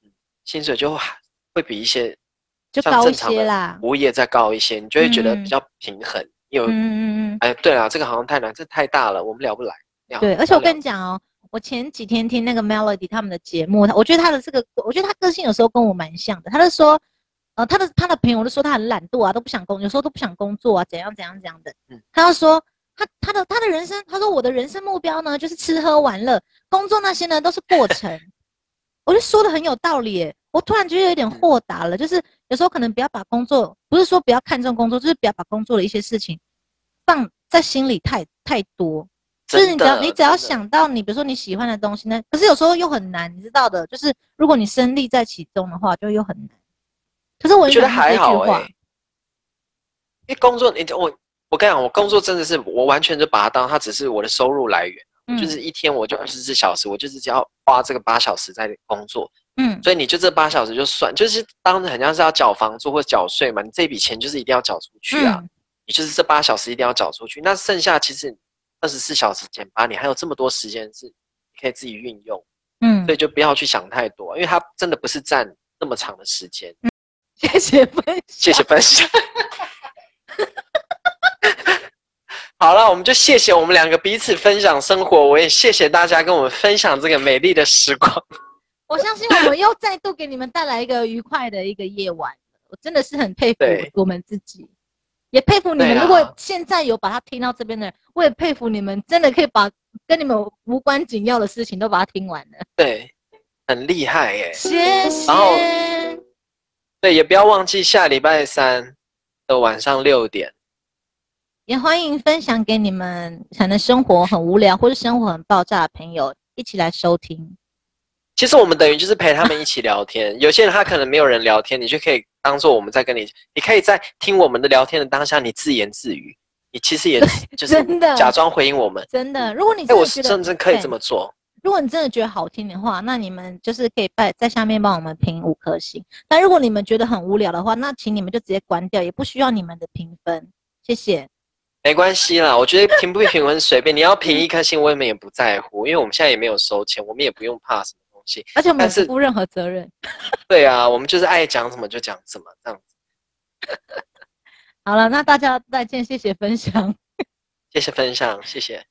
Speaker 1: 以
Speaker 2: 薪水就还会比一些
Speaker 1: 就
Speaker 2: 像
Speaker 1: 高
Speaker 2: 正
Speaker 1: 一
Speaker 2: 常
Speaker 1: 些
Speaker 2: 的
Speaker 1: 啦。
Speaker 2: 服务业再高一些，你就会觉得
Speaker 1: 嗯
Speaker 2: 比较平衡。你有
Speaker 1: 嗯嗯嗯
Speaker 2: 哎，对啦，这个好像太难，这太大了，我们聊不来。
Speaker 1: 嗯，
Speaker 2: 聊
Speaker 1: 对。而且我
Speaker 2: 聊
Speaker 1: 跟你讲哦，我前几天听那个 Melody 他们的节目，我觉得他的这个，我觉得他个性有时候跟我蛮像的。他就说，呃，他的他的朋友都说他很懒惰啊，都不想工，有时候都不想工作啊，怎样怎样怎样的
Speaker 2: 嗯。
Speaker 1: 他就说。他他的他的人生，他说我的人生目标呢，就是吃喝玩乐，工作那些呢都是过程。我就说的很有道理耶，我突然觉得有点豁达了，就是有时候可能不要把工作，不是说不要看重工作，就是不要把工作的一些事情放在心里太太多。就是你
Speaker 2: 真
Speaker 1: 只
Speaker 2: 的
Speaker 1: 要你只要
Speaker 2: 真的
Speaker 1: 想到你，比如说你喜欢的东西呢，可是有时候又很难，你知道的，就是如果你身历在其中的话，就又很难。可是我
Speaker 2: 我
Speaker 1: 很
Speaker 2: 觉
Speaker 1: 喜
Speaker 2: 得
Speaker 1: 欢他
Speaker 2: 还
Speaker 1: 这句
Speaker 2: 好哎、
Speaker 1: 话，
Speaker 2: 因为工作，你我我跟你讲，我工作真的是我完全就把它当它只是我的收入来源，
Speaker 1: 嗯
Speaker 2: 就是一天我就二十四小时，我就是只要花这个八小时在工作，
Speaker 1: 嗯
Speaker 2: 所以你就这八小时就算，就是当很像是要缴房租或缴税嘛，你这笔钱就是一定要缴出去啊，
Speaker 1: 嗯
Speaker 2: 你就是这八小时一定要缴出去，那剩下其实二十四小时减八，你还有这么多时间是你可以自己运用。
Speaker 1: 嗯
Speaker 2: 所，以就不要去想太多，因为它真的不是占那么长的时间。
Speaker 1: 谢谢分享，
Speaker 2: 谢谢分享。好了，我们就谢谢我们两个彼此分享生活，我也谢谢大家跟我们分享这个美丽的时光。
Speaker 1: 我相信我们又再度给你们带来一个愉快的一个夜晚，我真的是很佩服
Speaker 2: 对
Speaker 1: 我们自己，也佩服你
Speaker 2: 对
Speaker 1: 们。
Speaker 2: 啊
Speaker 1: 如果现在有把它听到这边的人，我也佩服你们，真的可以把跟你们无关紧要的事情都把它听完了。
Speaker 2: 对，很厉害耶、
Speaker 1: 谢谢
Speaker 2: 然，后对，也不要忘记下礼拜三的晚上六点。
Speaker 1: 也欢迎分享给你们可能生活很无聊或是生活很爆炸的朋友一起来收听。
Speaker 2: 其实我们等于就是陪他们一起聊天。 有些人他可能没有人聊天，你就可以当做我们在跟你，你可以在听我们的聊天的当下，你自言自语，你 其实也就是
Speaker 1: 真的
Speaker 2: 假装回应我们。
Speaker 1: 真的，如果你
Speaker 2: 哎、
Speaker 1: 真
Speaker 2: 我
Speaker 1: 的
Speaker 2: 是
Speaker 1: 觉
Speaker 2: 真
Speaker 1: 得，
Speaker 2: 正可以
Speaker 1: 对
Speaker 2: 这么做。
Speaker 1: 嗯如果你真的觉得好听的话，那你们就是可以在在下面帮我们评五颗星。但如果你们觉得很无聊的话，那请你们就直接关掉，也不需要你们的评分。谢谢。
Speaker 2: 没关系啦，我觉得评不评分随便，你要 评一颗星，我们也不在乎，因为我们现在也没有收钱，我们也不用怕什么东西。
Speaker 1: 而且我们
Speaker 2: 但
Speaker 1: 也
Speaker 2: 是
Speaker 1: 不负任何责任。
Speaker 2: 对啊，我们就是爱讲什么就讲什么，这样子。
Speaker 1: 好了，那大家再见，谢谢分享。
Speaker 2: 谢谢分享，谢谢。